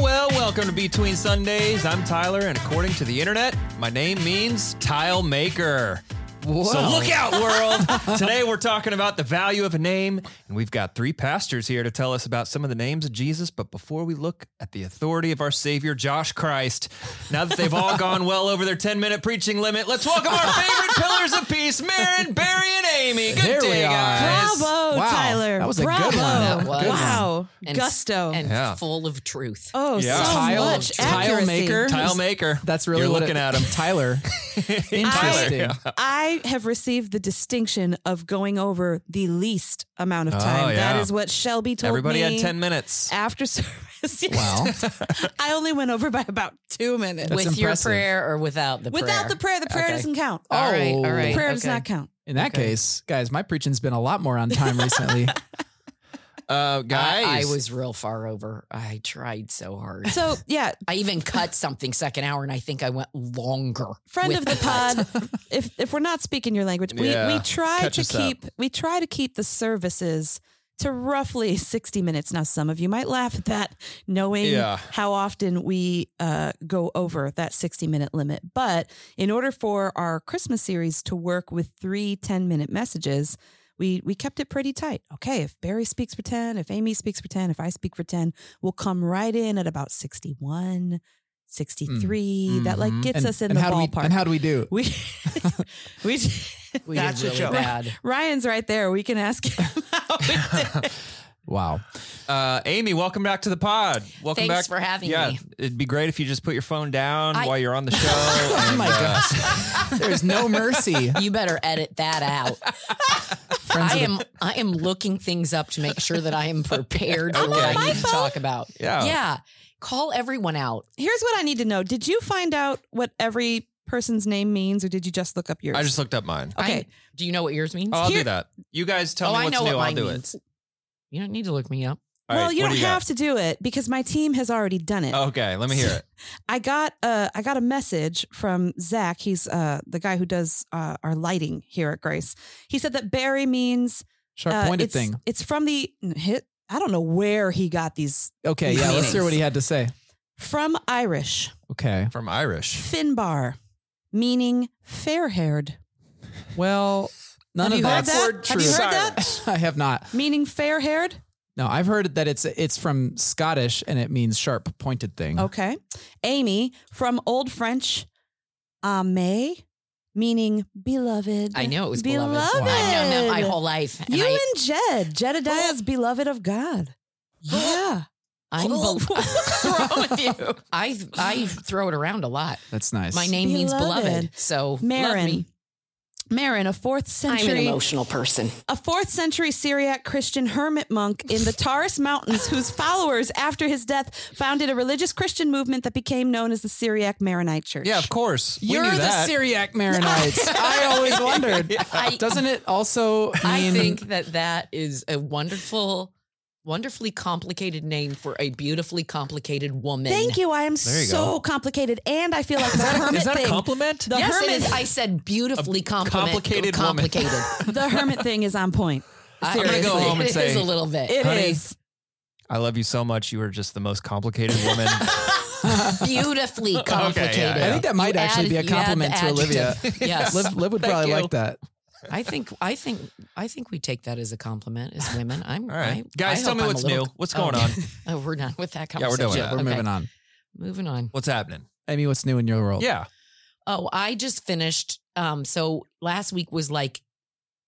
Welcome to Between Sundays. I'm Tyler, and according to the internet, my name means tile maker. So look out, world. Today we're talking about the value of a name, and we've got three pastors here to tell us about some of the names of Jesus. But before we look at the authority of our Savior, Josh Christ, now that they've all gone well over their 10 minute preaching limit, let's welcome our favorite pillars of peace, Marin, Barry, and Amy. Good There we day, are. guys. Bravo, Wow. Tyler. That was a good Bravo. one. That was good Wow. and Gusto. and Yeah. full of truth. oh, Yeah. so Tile- much tile accuracy. maker? Tile maker. That's really You're what looking it, at him. Tyler. Interesting. yeah. I have received the distinction of going over the least amount Oh, of time. yeah. That is what Shelby told Everybody me. had 10 minutes. after service. Wow. I only went over by about two minutes. Oh, with impressive. your prayer or without the Without the prayer, the prayer Okay. doesn't count. All right, all Oh. right. The prayer okay. does not count. In that Okay. case, guys, my preaching's been a lot more on time recently. Uh, guys, I, I was real far over. I tried so hard. So yeah, I even cut something second hour, and I think I went longer. friend with of the cut. pod if if we're not speaking your language we, Yeah. we try Catch to us up. keep we try to keep the services to roughly 60 minutes now some of you might laugh at that knowing Yeah. how often we uh, go over that 60 minute limit but in order for our christmas series to work with three 10 minute messages we, we kept it pretty tight. Okay, if Barry speaks for 10, if Amy speaks for 10, if I speak for 10, we'll come right in at about 61, 63. That like Mhm. gets us in and the how do we, ballpark. And how do we do? We, we, We did really bad. Ryan's right there. We can ask him. How we did. Wow. Uh, Amy, welcome back to the pod. Welcome Thanks back for having yeah, me. It'd be great if you just put your phone down I- while you're on the show. oh my gosh. There's no mercy. You better edit that out. Friends I of the- am I am looking things up to make sure that I am prepared for what Okay. I need to talk about. Yeah. Yeah. Call everyone out. Here's what I need to know. Did you find out what every person's name means, or did you just look up yours? I just looked up mine. Okay. I- do you know what yours means? Oh, I'll do Here- that. You guys tell Oh, me I what's new. know what I'll mine do means. it. You don't need to look me up. All well, right, you what don't do have to do it because my team has already done it. Oh. got? Okay, let me hear it. I got a I got a message from Zach. He's uh, the guy who does uh, our lighting here at Grace. He said that Barry means Sharp uh, pointed it's, thing. It's from the hit. I don't know where he got these Okay, yeah, let's hear what he had to say. from Irish. Okay. From Irish. Finbar, meaning fair haired, Well, none Have of you heard that's that? true. Have you heard that? I have not. meaning fair haired. No, I've heard that it's it's from Scottish and it means sharp pointed thing. Okay. Amy, from Old French, ame, meaning beloved. I know it was beloved. beloved. I've known that my whole life. And you I, and Jed, Jedediah's beloved of God. Yeah. I'm bel- What's wrong with you? I I throw it around a lot. That's nice. My name means Beloved. beloved. So love Marin. me. Marin, a fourth century emotional person. a fourth century Syriac Christian hermit monk in the Taurus Mountains, whose followers, after his death, founded a religious Christian movement that became known as the Syriac Maronite Church. Yeah, of course. You're we knew the that. Syriac Maronites. I always wondered. I- Doesn't it also mean I think that that is a wonderful, wonderfully complicated name for a beautifully complicated woman. Thank you. I am There you so complicated, and I feel like the hermit Is that thing. a compliment? the Yes, it hermit, is. I said beautifully compliment, complicated woman. complicated. the hermit thing is on point. I- gonna go Seriously. home and it say- is a little bit. It Honey. is. I love you so much. You are just the most complicated woman. beautifully complicated. yeah. I think that might You actually add- be a you add the compliment to Olivia. adjective. yes. Liv, Liv would Thank probably you. like that. I think I think I think we take that as a compliment as women. I'm All right. I- Guys, I tell hope me I'm a what's little- new. What's Oh. going on? Oh, we're done with that Oh, Yeah, we're conversation. doing that. We're Okay, moving on. Moving on. What's happening? Amy, what's new in your world? Yeah. Oh, I just finished. Um, so last week was like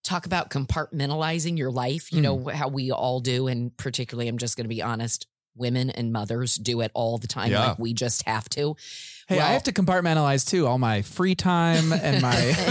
talk about compartmentalizing your life. You Hmm. know how we all do, and particularly, I'm just going to be honest. Women and mothers do it all the time. Yeah. Like we just have to. Hey, I Well- have to compartmentalize too. All my free time and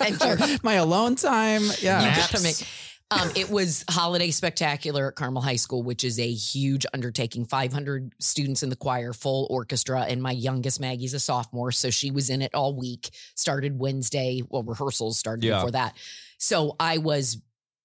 And your- my my alone time. You Yeah. get to make- Um, it was Holiday Spectacular at Carmel High School, which is a huge undertaking. 500 students in the choir, full orchestra. And my youngest, Maggie's a sophomore. So she was in it all week, started Wednesday. Well, rehearsals started Yeah. before that. So I was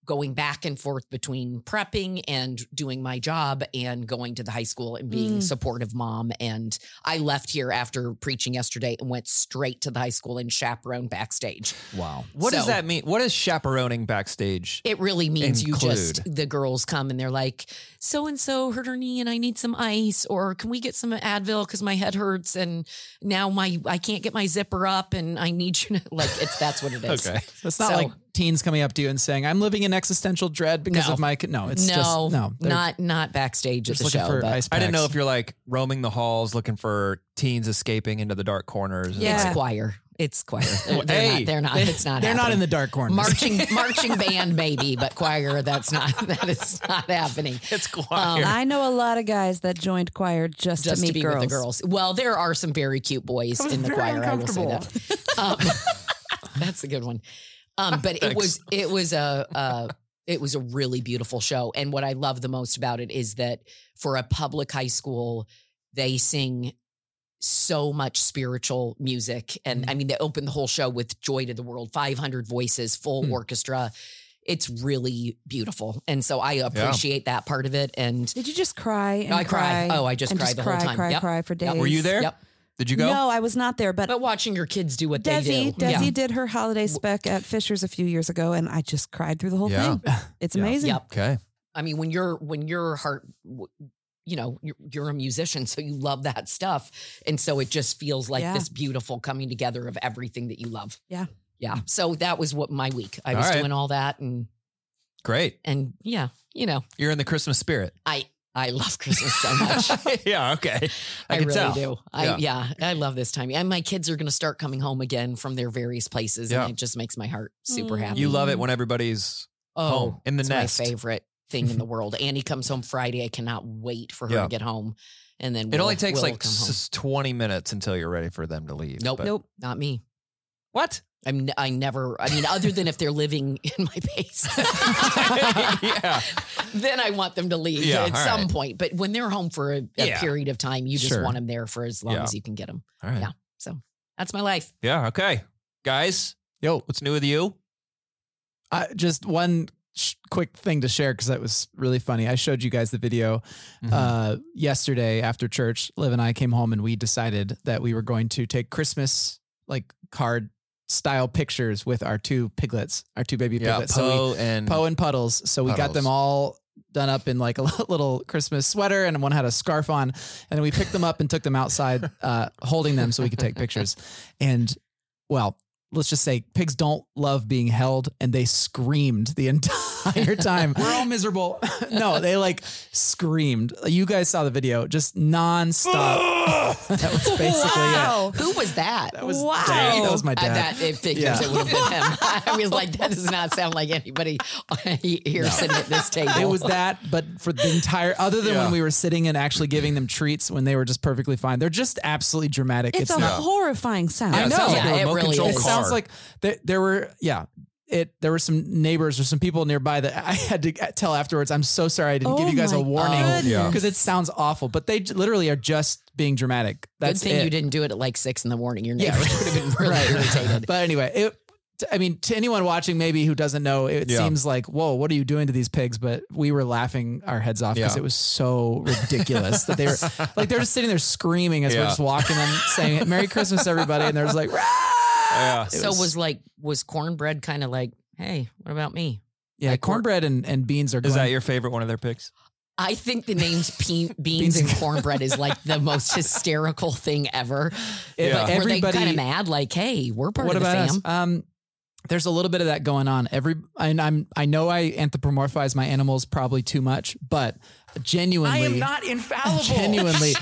going back and forth between prepping and doing my job and going to the high school and being Mm. supportive mom. And I left here after preaching yesterday and went straight to the high school and chaperoned backstage. Wow. What does So- that mean? What is chaperoning backstage? It really means you Include. just the girls come and they're like, so and so hurt her knee and I need some ice, or can we get some Advil because my head hurts and now my I can't get my zipper up and I need you to like it's that's what it is. Okay. It's not So- like teens coming up to you and saying, "I'm living in existential dread because No. of my." co-" No, it's no, just no, they're not not backstage just at the looking show. for but ice. I didn't know packs. if you're like roaming the halls looking for teens escaping into the dark corners. and- Yeah. It's choir. It's choir. They're, they're Hey. not. They're not. It's not. They're not in happening. the dark corners. marching marching band maybe, but choir. That's not. That is not happening. It's choir. Um, I know a lot of guys that joined choir just Just to meet to be girls. with the girls. Well, there are some very cute boys in the choir. I will say that. Um, that's a good one. Um, but it Thanks. was it was a, a it was a really beautiful show. And what I love the most about it is that for a public high school, they sing so much spiritual music. And Mm-hmm. I mean, they opened the whole show with Joy to the World, 500 voices, full Hmm. orchestra. It's really beautiful. And so I appreciate that part of it. And Did you just cry? And I cry. cried. Oh, I just and cried just the cry, whole time. Cry, Yep. cry for days. Yep. Were you there? Yep. Did you go? No, I was not there, but, But watching your kids do what they Desi, do. Desi did her holiday spec at Fisher's a few years ago, and I just cried through the whole Yeah. thing. It's Yeah. amazing. Yep. Okay. I mean, when you're when your heart, you know, you're, you're a musician, so you love that stuff, and so it just feels like Yeah. this beautiful coming together of everything that you love. Yeah. yeah. So that was what my week. I All was right. doing all that, and Great. and yeah, you know, You're in the Christmas spirit. I I love Christmas so much. yeah. Okay. I, I, can really tell. do. I Yeah. yeah. I love this time. And my kids are going to start coming home again from their various places, Yeah. and it just makes my heart super Mm. happy. You love it when everybody's oh, home in the it's nest. my favorite thing in the world. Annie comes home Friday. I cannot wait for her Yeah. to get home, and then It only Will- takes Will like come home. s- 20 minutes until you're ready for them to leave. Nope. but- Nope. not me. What? I'm n- I never. I mean, other than if they're living in my base, yeah. then I want them to leave Yeah, at all some right. point. But when they're home for a, a Yeah. period of time, you just Sure. want them there for as long Yeah. as you can get them. All right. Yeah. Yeah. So that's my life. Okay. Guys, Yo, what's new with you? uh, just one sh- quick thing to share because that was really funny. I showed you guys the video Mm-hmm. uh, yesterday after church. Liv and I came home and we decided that we were going to take Christmas like card style pictures with our two piglets, our two baby yeah. Poe piglets. so and we, Poe and Mm. Puddles. So we got Puddles. them all done up in like a little Christmas sweater and one had a scarf on. And we picked them up and took them outside, uh, holding them so we could take pictures. And well, let's just say pigs don't love being held and they screamed the entire time. We're all miserable. no, they like screamed. You guys saw the video, just nonstop. that was basically it. wow. Who was that? That was Wow. Dad. That was my I- dad. that it figures Yeah. it would have been him. I was like, that does not sound like anybody here sitting at this table. It was that, but for the entire, other than Yeah. when we were sitting and actually giving them treats when they were just perfectly fine. They're just absolutely dramatic. It's, a not, horrifying sound. I Yeah, it know. sounds like Yeah, a it remote really control it is. car. sounds like there, there were, yeah. It, there were some neighbors or some people nearby that I had to tell afterwards. I'm so sorry I didn't Oh give you guys a my warning goodness. Yeah. because it sounds awful. But they j- literally are just being dramatic. Good That's thing it. you didn't do it at like six in the morning. Your Yeah. neighbors would have been really Right. irritated. But anyway, it. t- I mean, to anyone watching, maybe who doesn't know, it Yeah. seems like, whoa, what are you doing to these pigs? But we were laughing our heads off because Yeah. it was so ridiculous that they were like, they're just sitting there screaming as Yeah. we're just walking and saying, Merry Christmas, everybody. And they're just like, "Rah!" yeah. It so was- was, like was cornbread kind of like, hey, what about me? yeah, Like, cornbread and, and beans are Is going. that your favorite one of their picks? I think the names pe- Beans beans and and- cornbread is like the most hysterical thing ever. If Yeah. Like, were they everybody- kind of mad? Like, hey, we're part what of the about fam. us? Um, there's a little bit of that going on. Every and I'm I know I anthropomorphize my animals probably too much, but genuinely, infallible. Genuinely,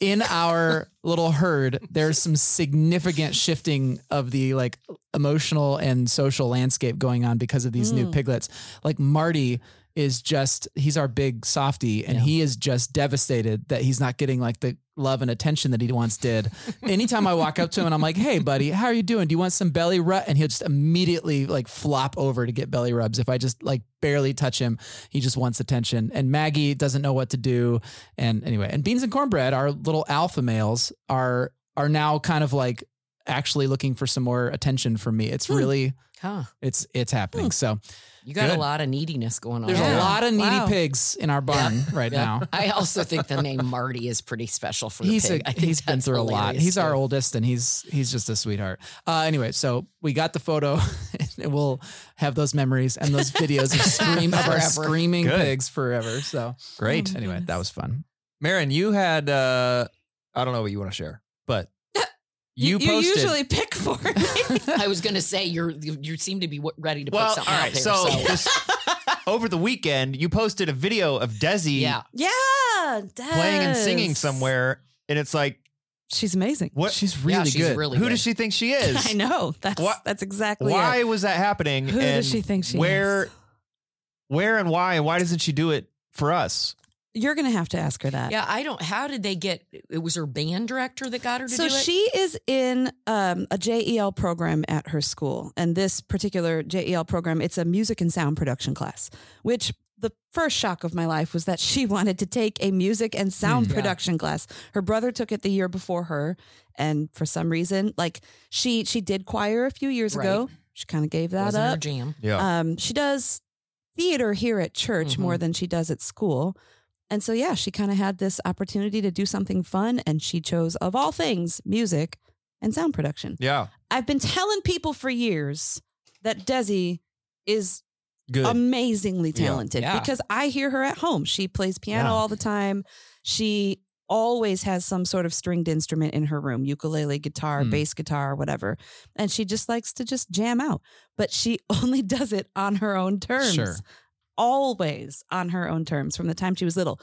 in our little herd, there's some significant shifting of the like emotional and social landscape going on because of these new Mm. piglets. Like Marty is just he's our big softie and Yeah. he is just devastated that he's not getting like the love and attention that he once did. Anytime I walk up to him and I'm like, "Hey buddy, how are you doing? Do you want some belly rub?" and he'll just immediately like flop over to get belly rubs if I just like barely touch him. He just wants attention. And Maggie doesn't know what to do. And anyway, and beans and cornbread, our little alpha males, are are now kind of like actually looking for some more attention from me. It's Hmm. really Huh. it's it's happening. Hmm. So You got Good. a lot of neediness going on. there's Yeah. a lot of needy Wow. pigs in our barn right Yeah. now. I also think the name Marty is pretty special for He's a pig. a, I think he's been that's through a lot. hilarious, He's our too. oldest, and he's he's just a sweetheart. Uh, anyway, so we got the photo, and we'll have those memories and those videos of scream of our Forever. screaming Good. pigs forever. So Great. Oh, anyway, goodness. that was fun. Marin, you had uh I don't know what you want to share, but you, you posted usually pick for me. I was going to say you're you, you seem to be w- ready to Well, put all something right. out there. So, just over the weekend, you posted a video of Desi yeah, yeah, Des. playing and singing somewhere, and it's like, She's amazing. what? She's really yeah, she's good. really who good. does she think she is? I know. That's What- that's exactly Why It. was that happening? Oh, Who and does she think she where, is? Where and why? And why doesn't she do it for us? You're gonna have to ask her that. Yeah, I don't. How did they get? It was her band director that got her to So do it. she is in um, a JEL program at her school, and this particular JEL program, it's a music and sound production class. Which the first shock of my life was that she wanted to take a music and sound Hmm. Yeah. production class. Her brother took it the year before her, and for some reason, like she she did choir a few years Right. ago. She kind of gave that Wasn't up. her jam. Yeah. Mm-hmm. Um, she does theater here at church Mhm. more than she does at school. And so, yeah, she kind of had this opportunity to do something fun, and she chose, of all things, music and sound production. yeah. I've been telling people for years that Desi is Good. Um, amazingly Yeah. talented Yeah. because I hear her at home. She plays piano Yeah. all the time. She always has some sort of stringed instrument in her room ukulele guitar Hmm. bass guitar whatever and she just likes to just jam out but she only does it on her own terms Sure. always on her own terms from the time she was little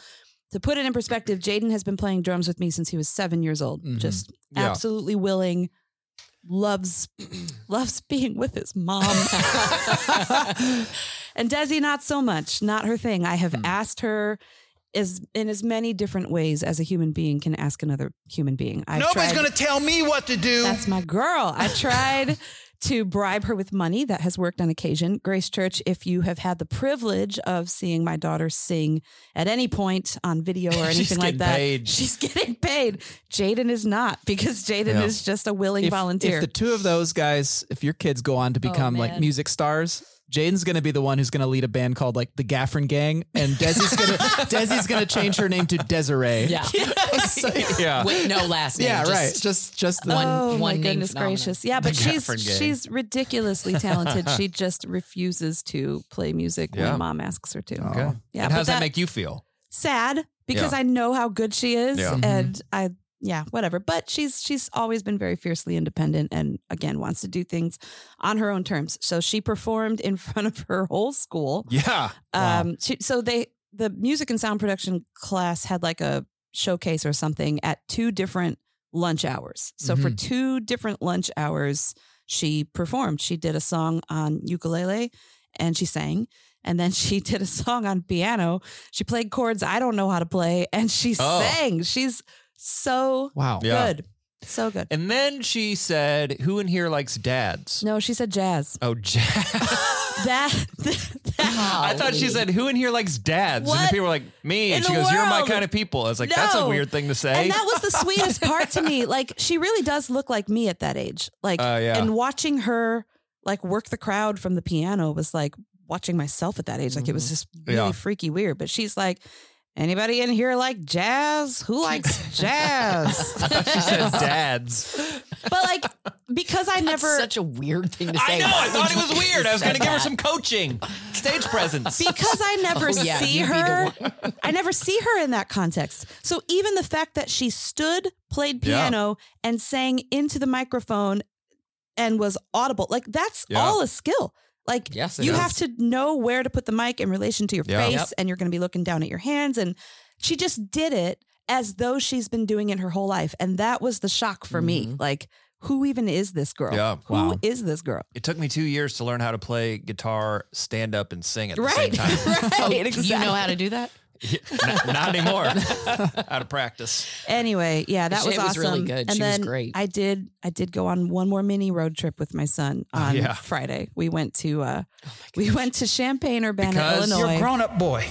to put it in perspective jaden has been playing drums with me since he was seven years old Mhm. just Mm-hmm. Yeah. absolutely willing loves loves being with his mom and Desi, not so much, not her thing. I have Hmm. asked her as in as many different ways as a human being can ask another human being. I've Nobody's tried- going to tell me what to do. That's my girl. I tried to bribe her with money. That has worked on occasion. Grace Church, if you have had the privilege of seeing my daughter sing at any point on video or She's anything like getting that, paid. she's getting paid. Jaden is not because Jaden Yeah. is just a willing If, volunteer. if the two of those guys, if your kids go on to become like man. music stars, Jaden's gonna be the one who's gonna lead a band called like the Gaffron Gang, and Desi's gonna Desi's gonna change her name to Desiree. Yeah. So- yeah. With no last name. yeah, just right. Just just the one- oh my name goodness phenomenon. gracious yeah but The she's Catherine gang. she's ridiculously talented she just refuses to play music Yeah. when mom asks her to Okay. yeah and but how does that, make you feel? sad because Yeah. i know how good she is Yeah. and i yeah whatever but she's she's always been very fiercely independent and again wants to do things on her own terms so she performed in front of her whole school Yeah. Wow. um, she, so they the music and sound production class had like a showcase or something at two different lunch hours. So for Mm-hmm. two different lunch hours, she performed. She did a song on ukulele and she sang. And then she did a song on piano. She played chords I don't know how to play and she Oh. sang. She's so wow. Yeah. good. So good. And then she said, "Who in here likes dads?" No, she said jazz. Oh, jazz. That, I thought she Golly. said, "Who in here likes dads?" And What the people were like, "Me." And in she the goes, "You're my world? kind of people." I was like, "That's a No. weird thing to say." And that was the sweetest part to me. Like she really does look like me at that age. Like Oh, yeah. and watching her like work the crowd from the piano was like watching myself at that age. Like it was just really Mm-hmm. Yeah. freaky weird. But she's like, anybody in here like jazz? Who likes jazz? I thought she said dads. but like because I That's never such a weird thing to say. I know. Why I thought would it was you weird. I was say going to give her that? some coaching, stage presence. because I never Oh, yeah, see you'd be the her. one. I never see her in that context. So even the fact that she stood, played Yeah. piano, and sang into the microphone and was audible, like that's Yeah. all a skill. Like Yes, it you is. have to know where to put the mic in relation to your Yeah. face, Yep. and you're going to be looking down at your hands. And she just did it as though she's been doing it her whole life, and that was the shock for Mm-hmm. me. Like, who even is this girl? Yeah. Who Wow. is this girl? It took me two years to learn how to play guitar, stand up, and sing at the same Right, time. Oh, right, exactly. You know how to do that? not, not anymore. out of practice. Anyway, yeah, that She- was it was awesome. really good. And She was then great. I did I did go on one more mini road trip with my son Oh, on yeah. Friday. We went to uh we went to Champaign, Urbana, Because- You're a Illinois. grown up boy.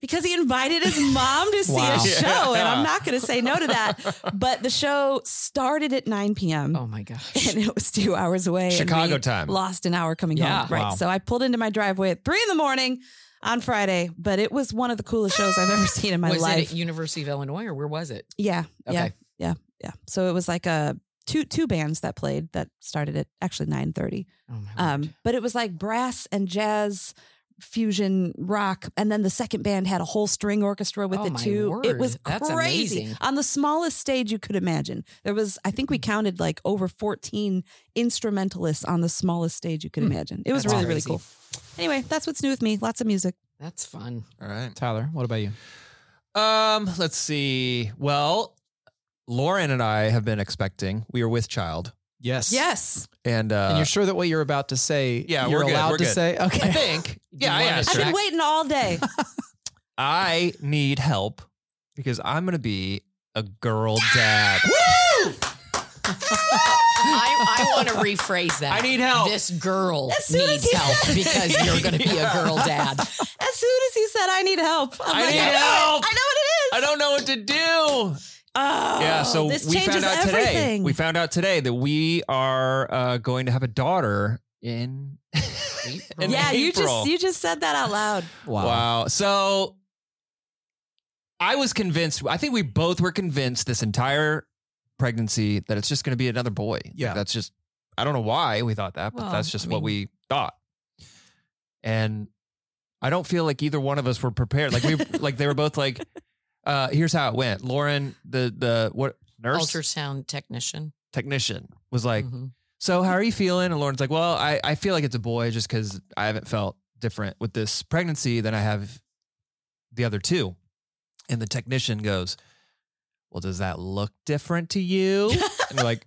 because he invited his mom to see Wow. a show, and Yeah. I'm not going to say no to that. But the show started at 9 p.m. Oh my gosh. And it was two hours away. and Chicago we time. Lost an hour coming Yeah. home. Right. Wow. So I pulled into my driveway at three in the morning on Friday, but it was one of the coolest shows I've ever seen in my was life. it at University of Illinois or where was it? yeah. Yeah. Okay. Yeah. So it was like a two two bands that played that started at actually 9:30. Oh my Um word. but it was like brass and jazz fusion rock and then the second band had a whole string orchestra with Oh, it my too. It word. was That's crazy. amazing. Mm-hmm. On the smallest stage you could imagine. There was I think we counted like over 14 instrumentalists on the smallest stage you could Hmm. imagine. It was Mm, That's really really crazy. cool. Anyway, that's what's new with me. Lots of music. That's fun. All right. Tyler, what about you? Um, let's see. Well, Lauren and I have been expecting. We are with child, Yes. Yes. and uh, and you're sure that what you're about to say, Yeah, you're we're good, allowed we're to good. say? I Okay. think. Do you yeah, I wanna asked. I've her. been waiting all day. I need help because I'm gonna be a girl dad. I, I want to rephrase that. I need help. This girl As soon as needs he help said- because you're going to be a Yeah. girl dad. As soon as he said I need help. I'm I like, need I know it. help. I know what it is. I don't know what to do. Oh, yeah, so this we changes found out everything. today. We found out today that we are uh, going to have a daughter in. in yeah, you April. just you just said that out loud. Wow. Wow. So I was convinced, I think we both were convinced this entire pregnancy that it's just going to be another boy. Like, Yeah. that's just, I don't know why we thought that, but Well, that's just I what we thought. And I don't feel like either one of us were prepared. Like we, like they were both like, uh, here's how it went. Lauren, the, the, what, nurse Ultrasound technician. technician was like, Mhm. so how are you feeling? And Lauren's like, well, I, I feel like it's a boy just because I haven't felt different with this pregnancy than I have the other two. And the technician goes, well, does that look different to you? and we're like,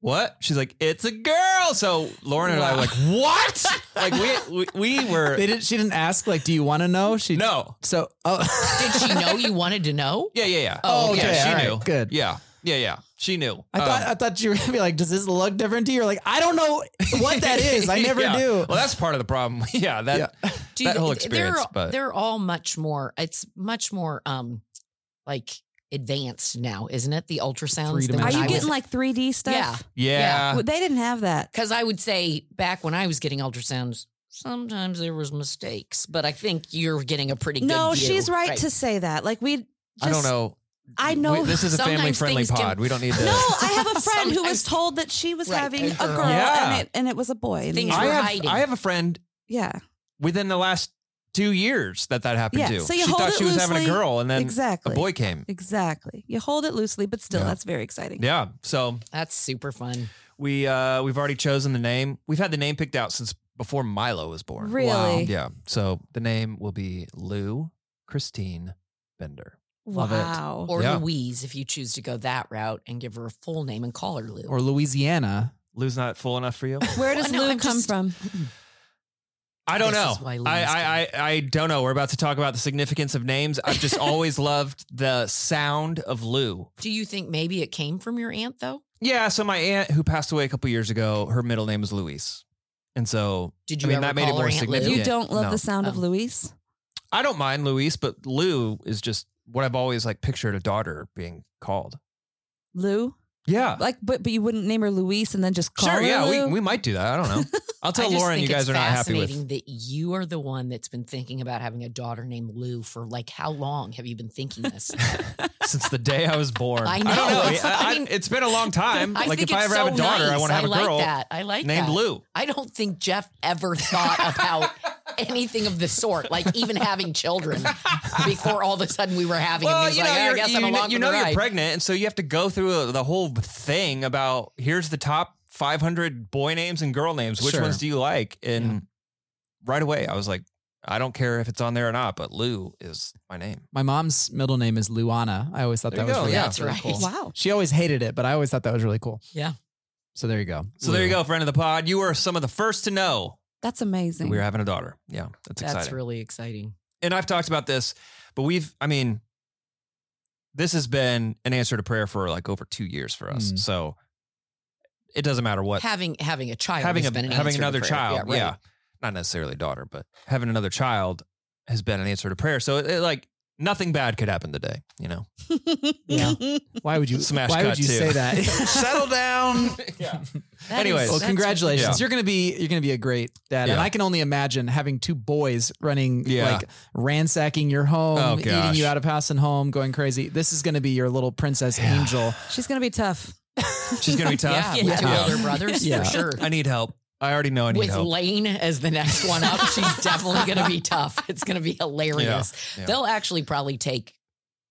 what? She's like, it's a girl. So Lauren and I were like, what? like we, we, we were, They didn't. She didn't ask. Like, do you want to know? She no. So, oh, Did she know you wanted to know? Yeah, yeah, yeah. Oh, yeah, okay, she all right, knew. good. Yeah, yeah, yeah. She knew. I thought Um, I thought you were gonna be like, does this look different to you? You're like, I don't know what that is. I never Yeah. do. Well, that's part of the problem. yeah, that, Yeah. Do That whole experience, They're, but- they're all much more. It's much more um, like advanced now, isn't it? The ultrasounds. Three-dimensional. Are you I was- getting like 3D stuff? Yeah. yeah. Well, they didn't have that. Because I would say back when I was getting ultrasounds, sometimes there was mistakes, but I think you're getting a pretty good. No, view, she's right, to say that. Like we just, I don't know. I know- We- this is a Sometimes family friendly things can- pod. we don't need to. No, I have a friend who Sometimes- was told that she was Right, having a a girl, girl. Yeah. and it and it was a boy. And Things yeah. I were have, hiding. I have a friend yeah. within the last two years that that happened Yeah, to. so you she hold thought it she was having a loosely. girl, and then exactly. a boy came. Exactly. You hold it loosely, but still Yeah. that's very exciting. Yeah. So That's super fun. we uh, we've already chosen the name. We've had the name picked out since before Milo was born. Really? Wow. Yeah. So the name will be Lou Christine Bender. Love it. Wow. Or Yeah. Louise, if you choose to go that route and give her a full name and call her Lou. Or Louisiana. Lou's not full enough for you. Where does Well, no, Lou I'm come just- from? I don't This know. is why Lou's I, I, I I don't know. We're about to talk about the significance of names. I've just always loved the sound of Lou. Do you think maybe it came from your aunt though? Yeah, so my aunt who passed away a couple years ago, her middle name was Louise. And so Did I you mean ever that made it call her more Aunt Lou? significant. Yeah. You don't love No. the sound of Um, Luis? I don't mind Louise, but Lou is just what I've always like pictured a daughter being called. Lou? Yeah. Like but but you wouldn't name her Luis and then just call Uh. sure, her yeah, Lou? we, we might do that. I don't know. I'll I tell just Lauren you think guys it's are not happy fascinating with. that you are the one that's been thinking about having a daughter named Lou for like how long have you been thinking this? Since the day I was born. I don't know. know. It's- I I- I- mean- it's been a long time. I like think if I it's ever so have a daughter, nice. I want to have a like girl that. I like named that. Lou. I don't think Jeff ever thought about anything of the sort, like even having children before all of a sudden we were having Well, them. He you was know, like, "Ah, I you're, guess you I'm know, along you for know the you're ride." pregnant, and so you have to go through the whole thing about here's the top 500 boy names and girl names. Which Sure. ones do you like? And right away, I was like, I don't care if it's on there or not, but Lou is my name. My mom's middle name is Luana. I always thought There that you was go. really, Yeah. that's really That's right. cool. Oh, Wow. She always hated it, but I always thought that was really cool. Yeah. So there you go. So there you go, friend of the pod. You were some of the first to know That's that amazing. we were having a daughter. Yeah, that's That's exciting. really exciting. and I've talked about this, but we've, I mean, this has been an answer to prayer for like over two years for us. Mm. So it doesn't matter what having having a child, having has a been an having answer to another prayer. child, yeah, right. not necessarily a daughter, but having another child has been an answer to prayer. So it, it, like nothing bad could happen today, you know. Yeah. Why would you? Smash why cut would you too. say that? Settle down. yeah. Anyways. well, That's- congratulations. yeah. You're gonna be you're gonna be a great dad, and Yeah. I can only imagine having two boys running Yeah. like ransacking your home, Oh, eating gosh. you out of house and home, going crazy. This is gonna be your little princess Yeah. angel. She's gonna be tough. She's gonna be tough. Yeah, Yeah. with two Yeah. older brothers Yeah. for sure. I need help. I already know I need With help. Lane as the next one up, she's definitely going to be tough. It's going to be hilarious. Yeah. Yeah. They'll actually probably take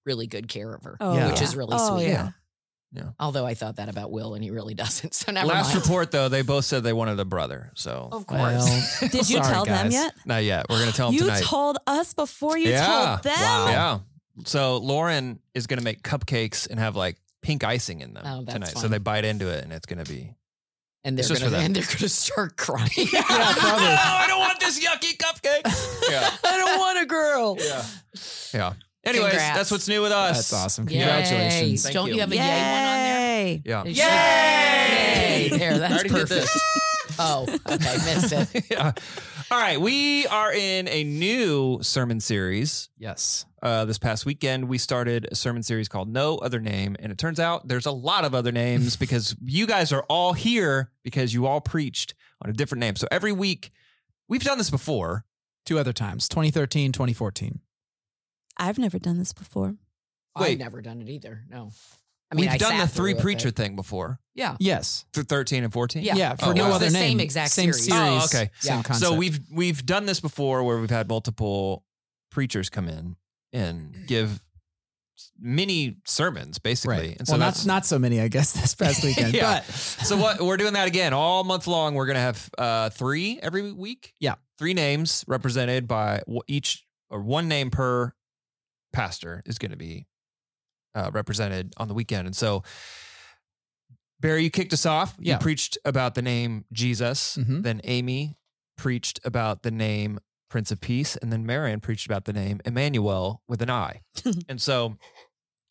really good care of her, Oh, Yeah. which is really Oh, sweet. yeah. Although I thought that about Will, and he really doesn't. So never Last mind. Oh, report though, they both said they wanted a brother. So Of course. Well, Did you sorry, tell them guys. yet? not yet. We're gonna tell them you tonight. told us before you Yeah. told them. Yeah. So Lauren is gonna make cupcakes and have like pink icing in them Oh, that's tonight. So fun. they bite into it and it's gonna be. and they're It's just gonna for them. and they're gonna start crying. no, I don't want this yucky cupcake. yeah. I don't want a girl. Yeah. Yeah. Anyways, Congrats. that's what's new with us. That's awesome. Yay. Congratulations. Thank Don't you. you, have a yay one on there? Yay. Yeah. Yay! Yay! There, I that's already did perfect. this. Oh, okay, missed it. yeah. All right. We are in a new sermon series. Yes. Uh, this past weekend, we started a sermon series called No Other Name. And it turns out there's a lot of other names because you guys are all here because you all preached on a different name. So every week, we've done this before. Two other times, 2013, 2014. I've never done this before. Wait. I've never done it either. No, I we've I done the sat through three it, but- preacher thing before, Yeah, Yes. th- 13 and 14. Yeah. Yeah, for Oh, no wow. other It's the name. same exact same series. series. Oh, okay. Same Yeah. concept. So we've we've done this before where we've had multiple preachers come in and give mini sermons basically. right. And so well, that's not not so many, I guess, this past weekend. Yeah. But so what we're doing that again all month long. We're gonna have uh, three every week. Yeah. three names represented by w- each or one name per pastor is gonna be uh, represented on the weekend. And so, Barry, you kicked us off. Yeah. You preached about the name Jesus. Mhm. Then Amy preached about the name Prince of Peace, and then Marion preached about the name Emmanuel with an I. and so.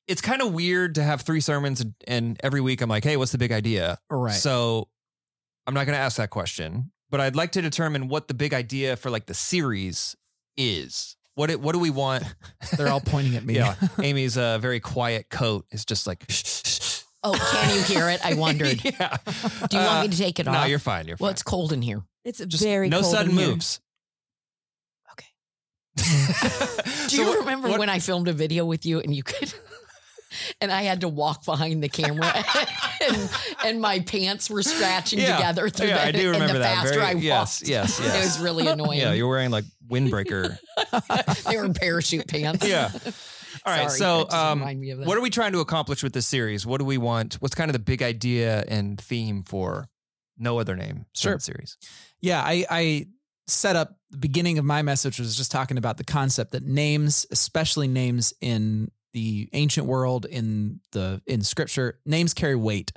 It's kind of weird to have three sermons and- and every week I'm like, hey, what's the big idea? right. So I'm not going to ask that question, but I'd like to determine what the big idea for like the series is. What it, what do we want? They're all pointing at me. Yeah, Amy's uh, very quiet coat is just like. Oh, can you hear it? I wondered. yeah. Uh, Do you want me to take it No, off? you're fine. You're well, fine. it's cold in here. It's Just very no cold sudden in here. moves. Okay. Okay. Do you remember when I filmed a video with you and you could? And I had to walk behind the camera, and, and my pants were scratching Yeah. together through Yeah, the, I do and remember the that. faster Very- I walked, yes, yes, it yes. was really annoying. Yeah, you're wearing like windbreaker. they were parachute pants. yeah. All right. Sorry, so, that just um, reminded me of that. what are we trying to accomplish with this series? What do we want? What's kind of the big idea and theme for No Other Name Sure. sermon series? Yeah, I, I set up the beginning of my message was just talking about the concept that names, especially names in the ancient world in the in scripture, names carry weight.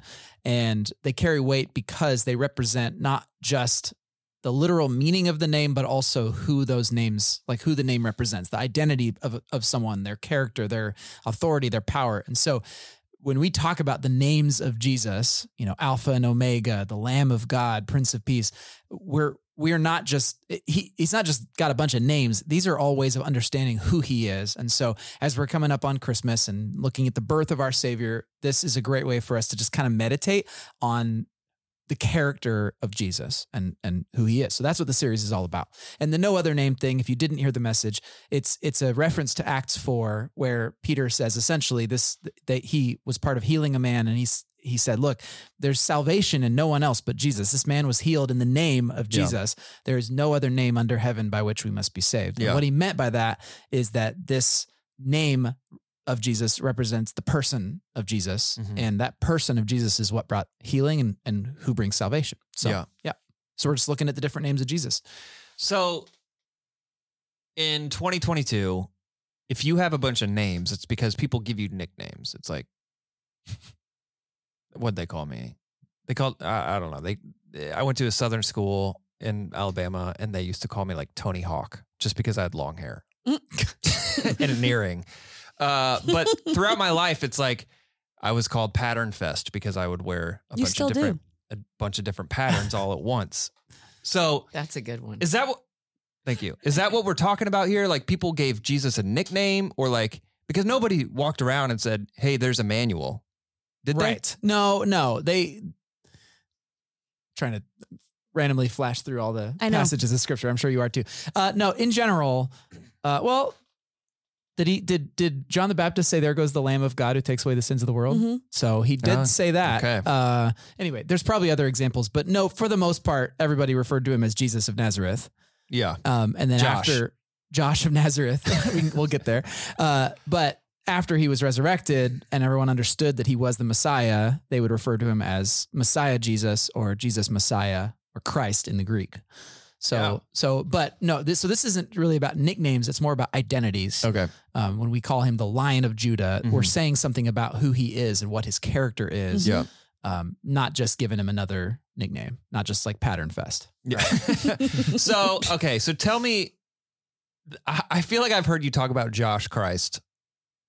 And they carry weight because they represent not just the literal meaning of the name, but also who those names, like who the name represents, the identity of, of someone, their character, their authority, their power. And so when we talk about the names of Jesus, you know, Alpha and Omega, the Lamb of God, Prince of Peace, we're we're not just he, he's not just got a bunch of names these are all ways of understanding who he is and so as we're coming up on christmas and looking at the birth of our savior this is a great way for us to just kind of meditate on the character of jesus and and who he is so that's what the series is all about and the no other name thing if you didn't hear the message it's it's a reference to acts 4 where peter says essentially this that he was part of healing a man and he's he said look there's salvation in no one else but Jesus. This man was healed in the name of Yeah. Jesus. There is no other name under heaven by which we must be saved. And Yeah. what he meant by that is that this name of Jesus represents the person of Jesus, Mhm. and that person of Jesus is what brought healing and, and who brings salvation. So, Yeah. yeah. So, we're just looking at the different names of Jesus. So, in 2022, if you have a bunch of names, it's because people give you nicknames. It's like, what'd they call me? They called, I, I don't know. They, eh, I went to a Southern school in Alabama and they used to call me like Tony Hawk just because I had long hair and an earring. Uh, but throughout my life, it's like I was called Pattern Fest because I would wear a You bunch still of do. different, a bunch of different patterns all at once. So That's a good one. is that what? Thank you. Is that what we're talking about here? Like people gave Jesus a nickname or like because nobody walked around and said, "Hey, there's Emmanuel." Did right. No, no. They trying to randomly flash through all the I know. passages of scripture. I'm sure you are too. Uh, no, in general, uh, well, did he did did John the Baptist say, "There goes the Lamb of God who takes away the sins of the world"? Mhm. So he did Ah, say that. okay. Uh, anyway, there's probably other examples, but no, for the most part, everybody referred to him as Jesus of Nazareth. they? Yeah. Um, and then Josh. after Josh of Nazareth, we can, we'll get there. Uh, but after he was resurrected and everyone understood that he was the Messiah, they would refer to him as Messiah Jesus or Jesus Messiah or Christ in the Greek. So, Yeah. so, but no, this, so this isn't really about nicknames. It's more about identities. Okay. Um, when we call him the Lion of Judah, we're Mhm. saying something about who he is and what his character is. mm-hmm. Yeah. Um, not just giving him another nickname, not just like Pattern Fest. Yeah. so okay. So tell me. I, I feel like I've heard you talk about Josh Christ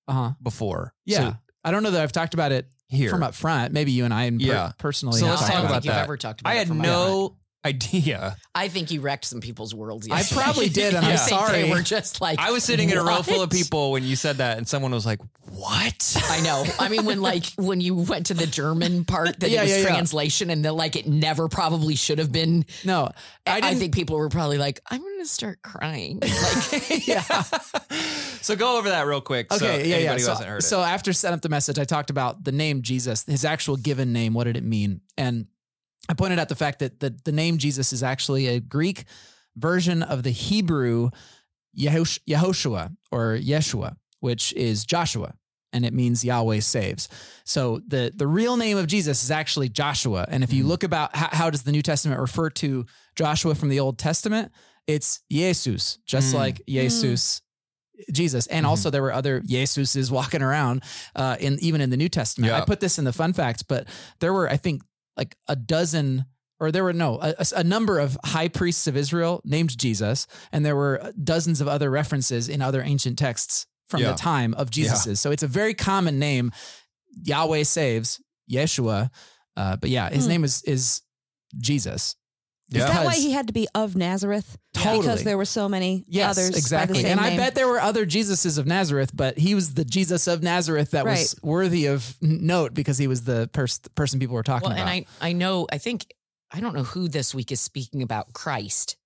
Uh huh. before. Yeah. So I don't know that I've talked about it Uh-huh. here. from up front. Maybe you and I and per- Yeah. personally. So have let's talked talk I about don't think you've that. ever talked about I it had from my front. no idea. I think you wrecked some people's worlds. I yesterday. probably did, and I'm I think sorry. They were just like I was sitting in a row full of "What?" people when you said that, and someone was like, "What?" I know. I mean, when like when you went to the German part, that Yeah, it was yeah, yeah. translation, and that like it never probably should have been. No, I I, didn't. think people were probably like, "I'm going to start crying." Like, yeah. so go over that real quick. so Okay. yeah. Anybody Yeah. who So, hasn't heard so after setting up the message, I talked about the name Jesus, his actual given name. What did it mean? And I pointed out the fact that the, the name Jesus is actually a Greek version of the Hebrew Yehosh- Yehoshua or Yeshua, which is Joshua, and it means Yahweh saves. So the the real name of Jesus is actually Joshua. And if you Mm-hmm. look about how, how does the New Testament refer to Joshua from the Old Testament, it's Jesus, just Mm. like Jesus. Jesus, and Mhm. also there were other Jesuses walking around, uh, in even in the New Testament. Yeah. I put this in the fun facts, but there were I think like a dozen or there were no a, a number of high priests of Israel named Jesus, and there were uh, dozens of other references in other ancient texts from Yeah. the time of Jesus's. So it's a very common name. Yahweh saves Yeshua, uh, but yeah, his Hmm. name is is Jesus. Yeah. Is that why Because- he had to be of Nazareth? Totally. Because there were so many Yes, others. by the exactly. same And I name. bet there were other Jesuses of Nazareth, but he was the Jesus of Nazareth that was worthy of n- note because he was the pers- person people were talking well, about. and I I know I think I don't know who this week is speaking about Christ,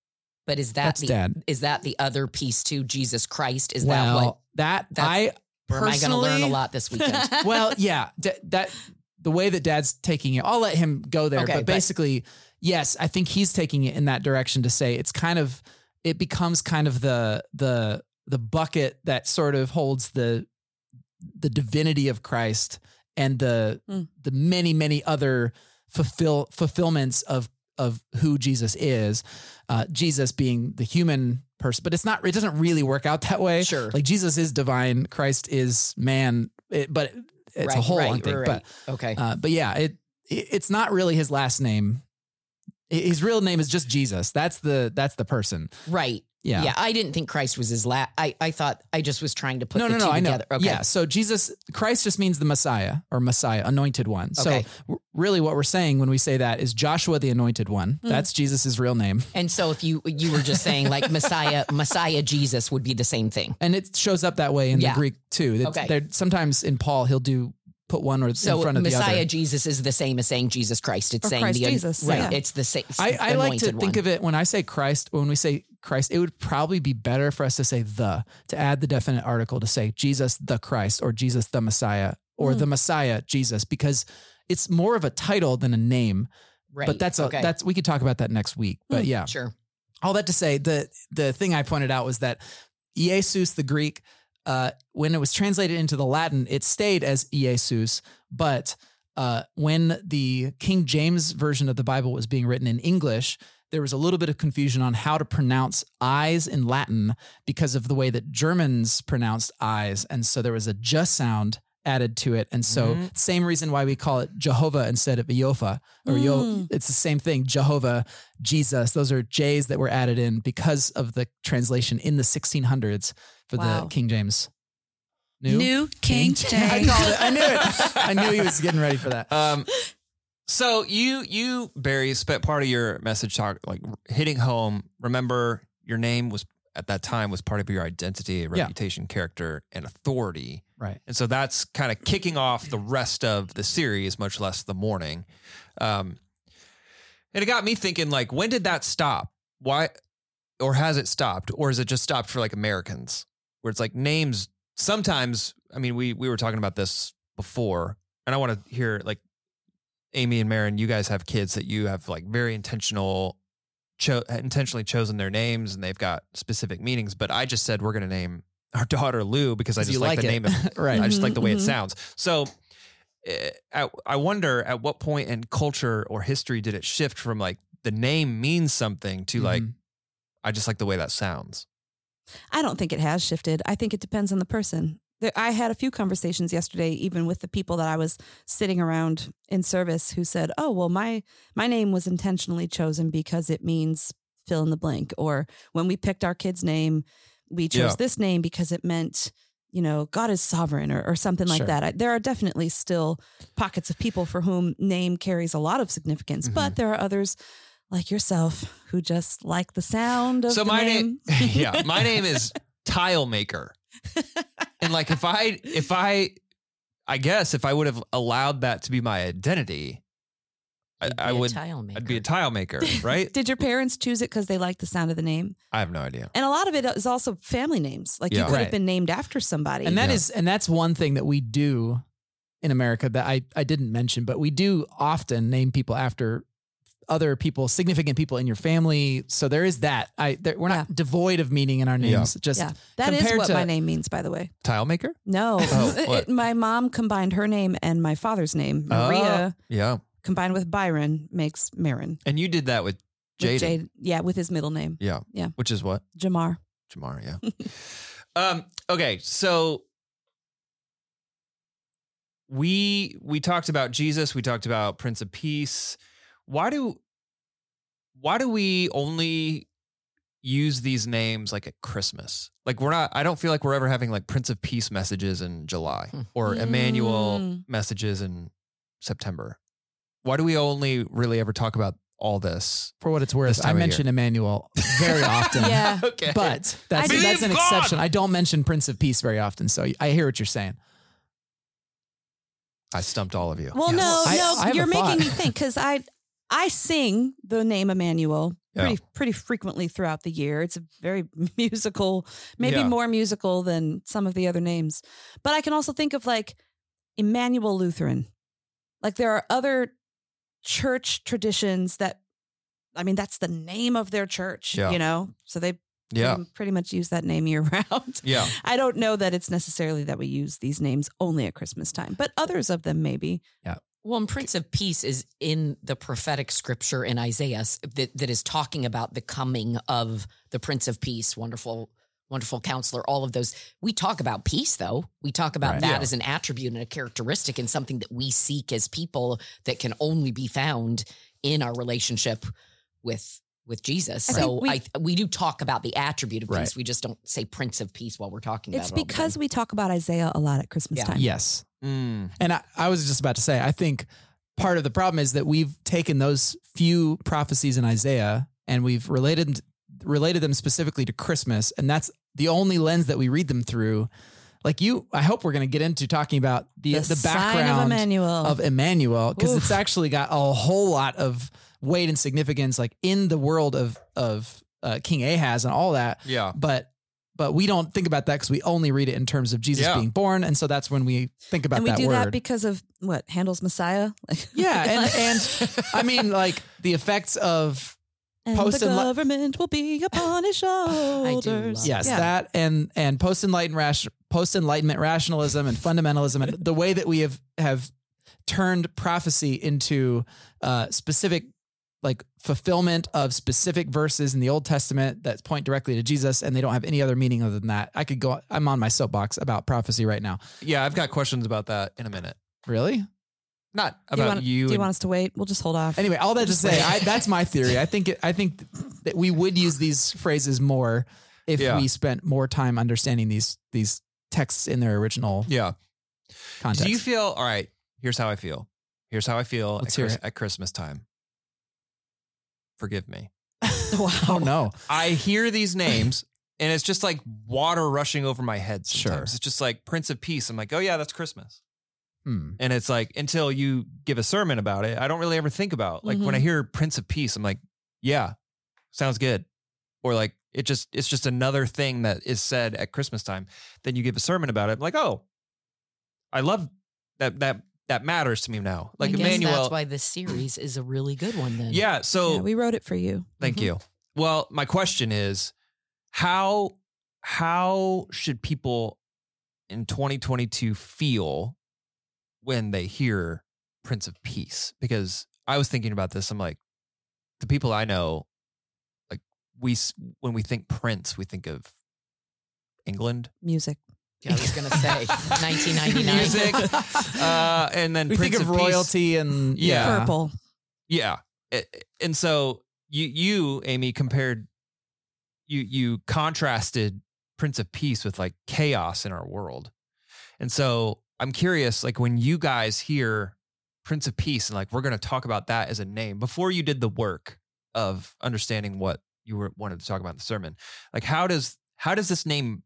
but is that That's the dad. is that the other piece too? Jesus Christ is well, that what? that that's- I Or am I going to personally, learn a lot this weekend? well, yeah, d- that the way that dad's taking it, I'll let him go there. Okay, but but- basically, yes, I think he's taking it in that direction to say it's kind of it becomes kind of the the the bucket that sort of holds the the divinity of Christ and the Mm. the many many other fulfill fulfillments of of who Jesus is, uh, Jesus being the human person, but it's not. It doesn't really work out that way. Sure. like Jesus is divine, Christ is man, it, but it's a Right, whole right, long thing. right, right. okay. But uh, but yeah, it, it it's not really his last name. I- His real name is just Jesus. That's the that's the person. right. Yeah. Yeah. I didn't think Christ was his last. I, I thought I just was trying to put no, the no, two no. I know. together. Okay. Yeah. So Jesus Christ just means the Messiah or Messiah, anointed one. So Okay. w- really, what we're saying when we say that is Joshua the anointed one. Mm. That's Jesus' real name, And so if you you were just saying like Messiah Messiah Jesus would be the same thing. and it shows up that way in Yeah. the Greek too. It's- Okay. there- Sometimes in Paul, he'll do put one or in So front of Messiah the other. Jesus is the same as saying Jesus Christ. It's Or saying Christ the Jesus, right. yeah. It's the same. I, I like to anointed think one. of it when I say Christ, when we say Christ, it would probably be better for us to say the, to add the definite article to say Jesus the Christ or Jesus the Messiah or Hmm. the Messiah Jesus, because it's more of a title than a name. right. But that's a, okay. that's we could talk about that next week. But Hmm. yeah, sure. all that to say the the thing I pointed out was that Jesus the Greek, uh, when it was translated into the Latin, it stayed as Jesus, but uh, when the King James version of the Bible was being written in English, there was a little bit of confusion on how to pronounce eyes in Latin because of the way that Germans pronounced eyes, and so there was a j sound added to it, and so Mhm. same reason why we call it Jehovah instead of Jehovah or Yo. Mm. It's the same thing. Jehovah, Jesus. Those are J's that were added in because of the translation in the 1600s for Wow. the King James. New King James. I called it. I knew it. I knew he was getting ready for that. Um, so you you Barry spent part of your message talk like hitting home. Remember your name was at that time was part of your identity, reputation, character, and authority. Right. And so that's kind of kicking off the rest of the series, much less the morning. Um, and it got me thinking, like, when did that stop? Why, or has it stopped, or is it just stopped for like Americans, where it's like names? Sometimes, I mean, we we were talking about this before, and I want to hear like Amy and Marin, you guys have kids that you have like very intentional, cho- intentionally chosen their names, and they've got specific meanings. But I just said we're going to name our daughter Lou because I 'Cause just you like, the like name of right. I just Mm-hmm, like the way it Mhm, mhm. sounds. So, eh, I, I wonder at what point in culture or history did it shift from like the name means something to like Mm-hmm. Mhm. I just like the way that sounds. I don't think it has shifted. I think it depends on the person. There, I had a few conversations yesterday, even with the people that I was sitting around in service, who said, "Oh, well, my my name was intentionally chosen because it means fill in the blank." Or when we picked our kid's name, we chose Yeah. this name because it meant, you know, God is sovereign, or or something like Sure. that. I, there are definitely still pockets of people for whom name carries a lot of significance, Mm-hmm. but there are others. Like yourself, who just like the sound of So the my name. name, yeah, my name is Tile Maker, and like if I if I I guess if I would have allowed that to be my identity, I, You'd be I a would tile maker. I'd be a tile maker, right? Did your parents choose it because they liked the sound of the name? I have no idea. And a lot of it is also family names. Like you Yeah. could Right. have been named after somebody. And that Yeah. is, and that's one thing that we do in America that I, I didn't mention, but we do often name people after other people, significant people in your family. So there is that. I there, we're not devoid of meaning in our Yeah. names. Just yeah, that is compared what to- my name means, by the way. Tile maker? No, Oh, what? my mom combined her name and my father's name, Oh. Maria, Yeah. combined with Byron makes Marin. And you did that with With Jaden, Jade- yeah, with his middle name, which is what? Jamar. Jamar, yeah. um, okay, so we we talked about Jesus, we talked about Prince of Peace. Why do why do we only use these names like at Christmas? Like we're not I don't feel like we're ever having like Prince of Peace messages in July Hmm. or Emmanuel Mm. messages in September. Why do we only really ever talk about all this? for what it's This worth, time I of year. mention Emmanuel very often. Yeah. Okay. But that's I that's believe an God. exception. I don't mention Prince of Peace very often, so I hear what you're saying. I stumped all of you. Well, no, I- no, I have a you're making thought. me think because I I sing the name Emmanuel Yeah. pretty pretty frequently throughout the year. It's a very musical, maybe Yeah. more musical than some of the other names. But I can also think of like Emmanuel Lutheran. Like there are other church traditions that I mean that's the name of their church, Yeah. you know. So they Yeah. pretty, pretty much use that name year round. Yeah. I don't know that it's necessarily that we use these names only at Christmas time, but others of them maybe. Well, and Prince of Peace is in the prophetic scripture in Isaiah s- that, that is talking about the coming of the Prince of Peace, wonderful, wonderful counselor, all of those. We talk about peace, though. We talk about Right. that Yeah. as an attribute and a characteristic and something that we seek as people that can only be found in our relationship with with Jesus. I so think we- I we do talk about the attribute of peace. Right. We just don't say Prince of Peace while we're talking It's about it. all the time. because we talk about Isaiah a lot at Christmas Yeah. time. Yes. Mm. And I, I was just about to say, I think part of the problem is that we've taken those few prophecies in Isaiah and we've related related them specifically to Christmas, and that's the only lens that we read them through. Like you, I hope we're going to get into talking about the the, sign of background Emmanuel. of Emmanuel because it's Oof. actually got a whole lot of weight and significance, like in the world of of uh, King Ahaz and all that Yeah. but but we don't think about that because we only read it in terms of Jesus Yeah. being born, and so that's when we think about and we that do word. that because of what Handel's Messiah, like yeah, and and I mean like the effects of and post the and li- government will be upon his shoulders. love yes Yeah. that and and post enlightenment post enlightenment rationalism and fundamentalism and the way that we have have turned prophecy into uh, specific like fulfillment of specific verses in the Old Testament that point directly to Jesus, and they don't have any other meaning other than that. I could go. I'm on my soapbox about prophecy right now. Yeah, I've got questions about that in a minute. Really? Not Do you, about want, you. do you and- want us to wait? We'll just hold off. Anyway, all that to say, I, that's my theory. I think it, I think that we would use these phrases more if Yeah. we spent more time understanding these these texts in their original yeah. context. Do you feel all right? Here's how I feel. Here's how I feel at, Let's hear Chris- it. at Christmas time. Forgive me. Oh no. I hear these names and it's just like water rushing over my head sometimes. Sure. It's just like Prince of Peace. I'm like, oh yeah, that's Christmas. Hmm. And it's like until you give a sermon about it, I don't really ever think about. Like Mm-hmm. when I hear Prince of Peace, I'm like, yeah, sounds good. Or like it just it's just another thing that is said at Christmas time. Then you give a sermon about it, like, oh, I love that that that matters to me now. Like I guess Emmanuel. That's why this series is a really good one. Then, yeah, so Yeah, we wrote it for you. Thank Mm-hmm. you. Well, my question is how how should people in 2022 feel when they hear Prince of Peace? Because I was thinking about this. I'm like the people I know like we s- when we think Prince, we think of England, Music. I was gonna say 1999. Music. uh, and then we Prince think of, Peace- royalty and Yeah. Purple. Yeah. A- And so you you Amy compared you you contrasted Prince of Peace with like chaos in our world. And so I'm curious like when you guys hear Prince of Peace and like we're going to talk about that as a name before you did the work of understanding what you were wanted to talk about in the sermon. Like how does how does this name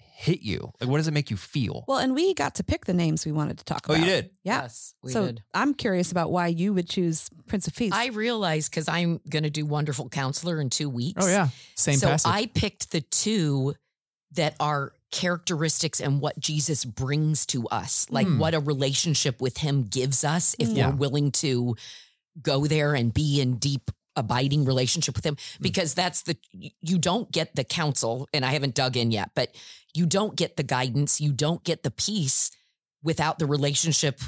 hit you? Like what does it make you feel? Well, and we got to pick the names we wanted to talk oh, about. you did. Yeah. Yes, we so did. I'm curious about why you would choose Prince of Peace. I realized because I'm gonna do Wonderful Counselor in two weeks. Oh yeah. Same so passage. I picked the two that are characteristics and what Jesus brings to us, like Hmm. what a relationship with Him gives us if Yeah. we're willing to go there and be in deep abiding relationship with him Hmm. because that's the you don't get the counsel and I haven't dug in yet but you don't get the guidance you don't get the peace without the relationship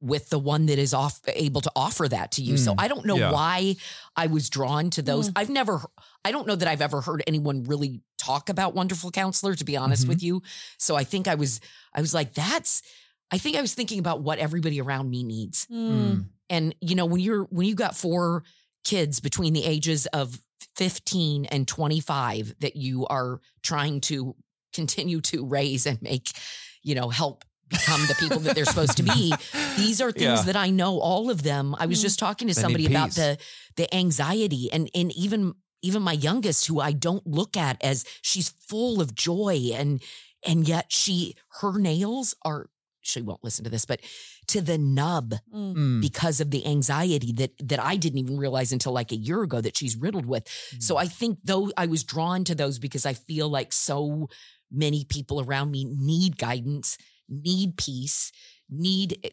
with the one that is off able to offer that to you so Mm. I don't know Yeah. why I was drawn to those I've never I don't know that I've ever heard anyone really talk about wonderful counselor, to be honest Mhm. with you. So I think I was, I was like, that's, I think I was thinking about what everybody around me needs. Mm. Mm. And, you know, when you're, when you got four kids between the ages of 15 and 25 that you are trying to continue to raise and make, you know, help become the people that they're supposed to be these are things Yeah. that I know all of them. I was Mm. just talking to They need somebody about peace. the the anxiety and and even even my youngest who I don't look at as she's full of joy and and yet she her nails are she won't listen to this but to the nub Mm. Mm. because of the anxiety that that I didn't even realize until like a year ago that she's riddled with. So I think though I was drawn to those because I feel like so many people around me need guidance, need peace, need.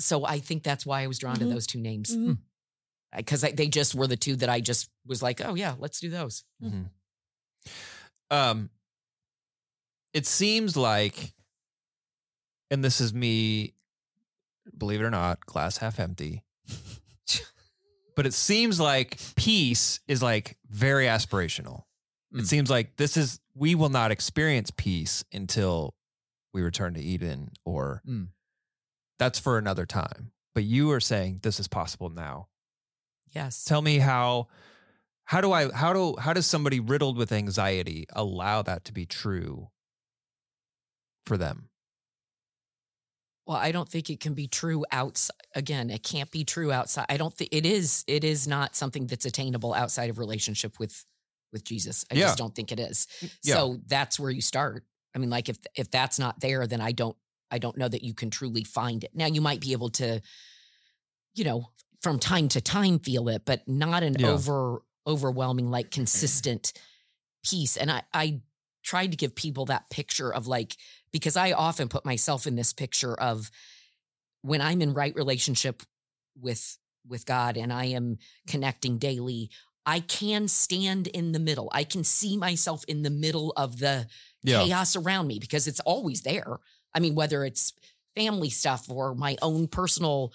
So I think that's why I was drawn Mhm. to those two names Mhm. because they just were the two that I just was like, oh yeah, let's do those. Mm-hmm. Mhm. Um, it seems like, and this is me, believe it or not, glass half empty. but it seems like peace is like very aspirational. It Mm. seems like this is we will not experience peace until we return to Eden, or Mm. that's for another time. But you are saying this is possible now Yes. tell me how how do i how do how does somebody riddled with anxiety allow that to be true for them Well, I don't think it can be true outside. Again, it can't be true outside. I don't think it is. It is not something that's attainable outside of relationship with with Jesus. I Yeah. just don't think it is. yeah. So that's where you start. I mean, like if if that's not there, then I don't I don't know that you can truly find it. Now you might be able to, you know, from time to time feel it, but not an Yeah. over overwhelming, like consistent piece. And I I tried to give people that picture of like because I often put myself in this picture of when I'm in right relationship with with God and I am connecting daily, I can stand in the middle. I can see myself in the middle of the chaos around me because it's always there. I mean, whether it's family stuff or my own personal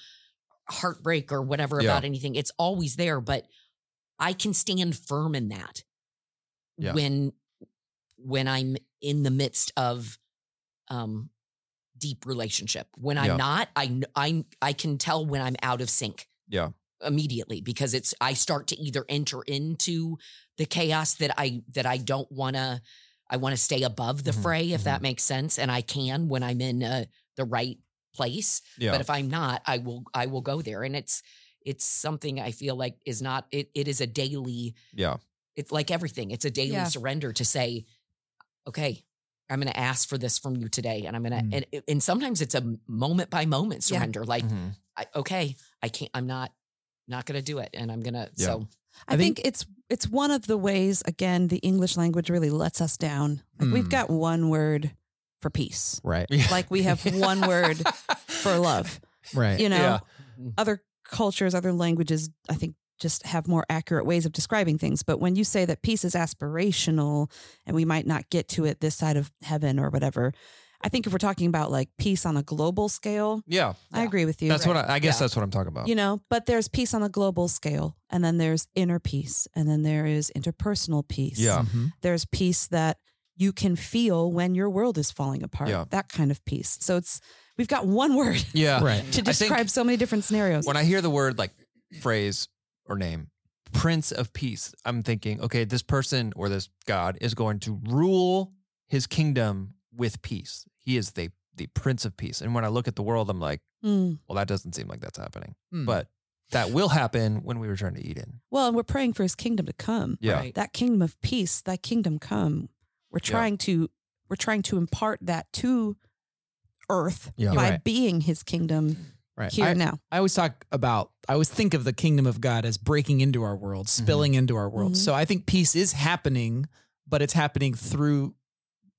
heartbreak or whatever Yeah. about anything, it's always there. But I can stand firm in that Yeah. when when I'm in the midst of um deep relationship. When I'm Yeah. not, I kn- I I can tell when I'm out of sync. Yeah. Immediately because it's I start to either enter into the chaos that I that I don't want to I want to stay above the Mhm, fray if mhm. that makes sense and I can when I'm in uh, the right place yeah but if I'm not I will I will go there and it's it's something I feel like is not it, it is a daily Yeah. it's like everything. It's a daily Yeah. surrender to say, okay, I'm going to ask for this from you today. And I'm going to, Mm. and, and sometimes it's a moment by moment Yeah. surrender. Like, Mhm. I, okay, I can't, I'm not, not going to do it. And I'm going to, Yeah. so I I think- think, it's it's one of the ways again the English language really lets us down. Like Mm. we've got one word for peace. Right. Like we have one word for love. Right. You know, Yeah. other cultures, other languages, I think just have more accurate ways of describing things. But when you say that peace is aspirational and we might not get to it this side of heaven or whatever, I think if we're talking about like peace on a global scale, Yeah. I Yeah. agree with you. That's what I, I guess Yeah. that's what I'm talking about. you know but there's peace on a global scale and then there's inner peace and then there is interpersonal peace Yeah. Mhm. there's peace that you can feel when your world is falling apart Yeah. that kind of peace so it's we've got one word yeah. Right. to I think- describe so many different scenarios When I hear the word like phrase or name, Prince of Peace, I'm thinking, okay, this person or this God is going to rule his kingdom with peace. He is the the Prince of Peace. And when I look at the world, I'm like, Mm. well, that doesn't seem like that's happening. Hmm. But that will happen when we return to Eden. well and we're praying for his kingdom to come Yeah. Right. that kingdom of peace thy kingdom come we're Yeah. trying to we're trying to impart that to earth Yeah. by Right. being his kingdom Hmm. right. here I, now I always talk about, I always think of the kingdom of God as breaking into our world, spilling into our world. Mhm. So I think peace is happening, but it's happening through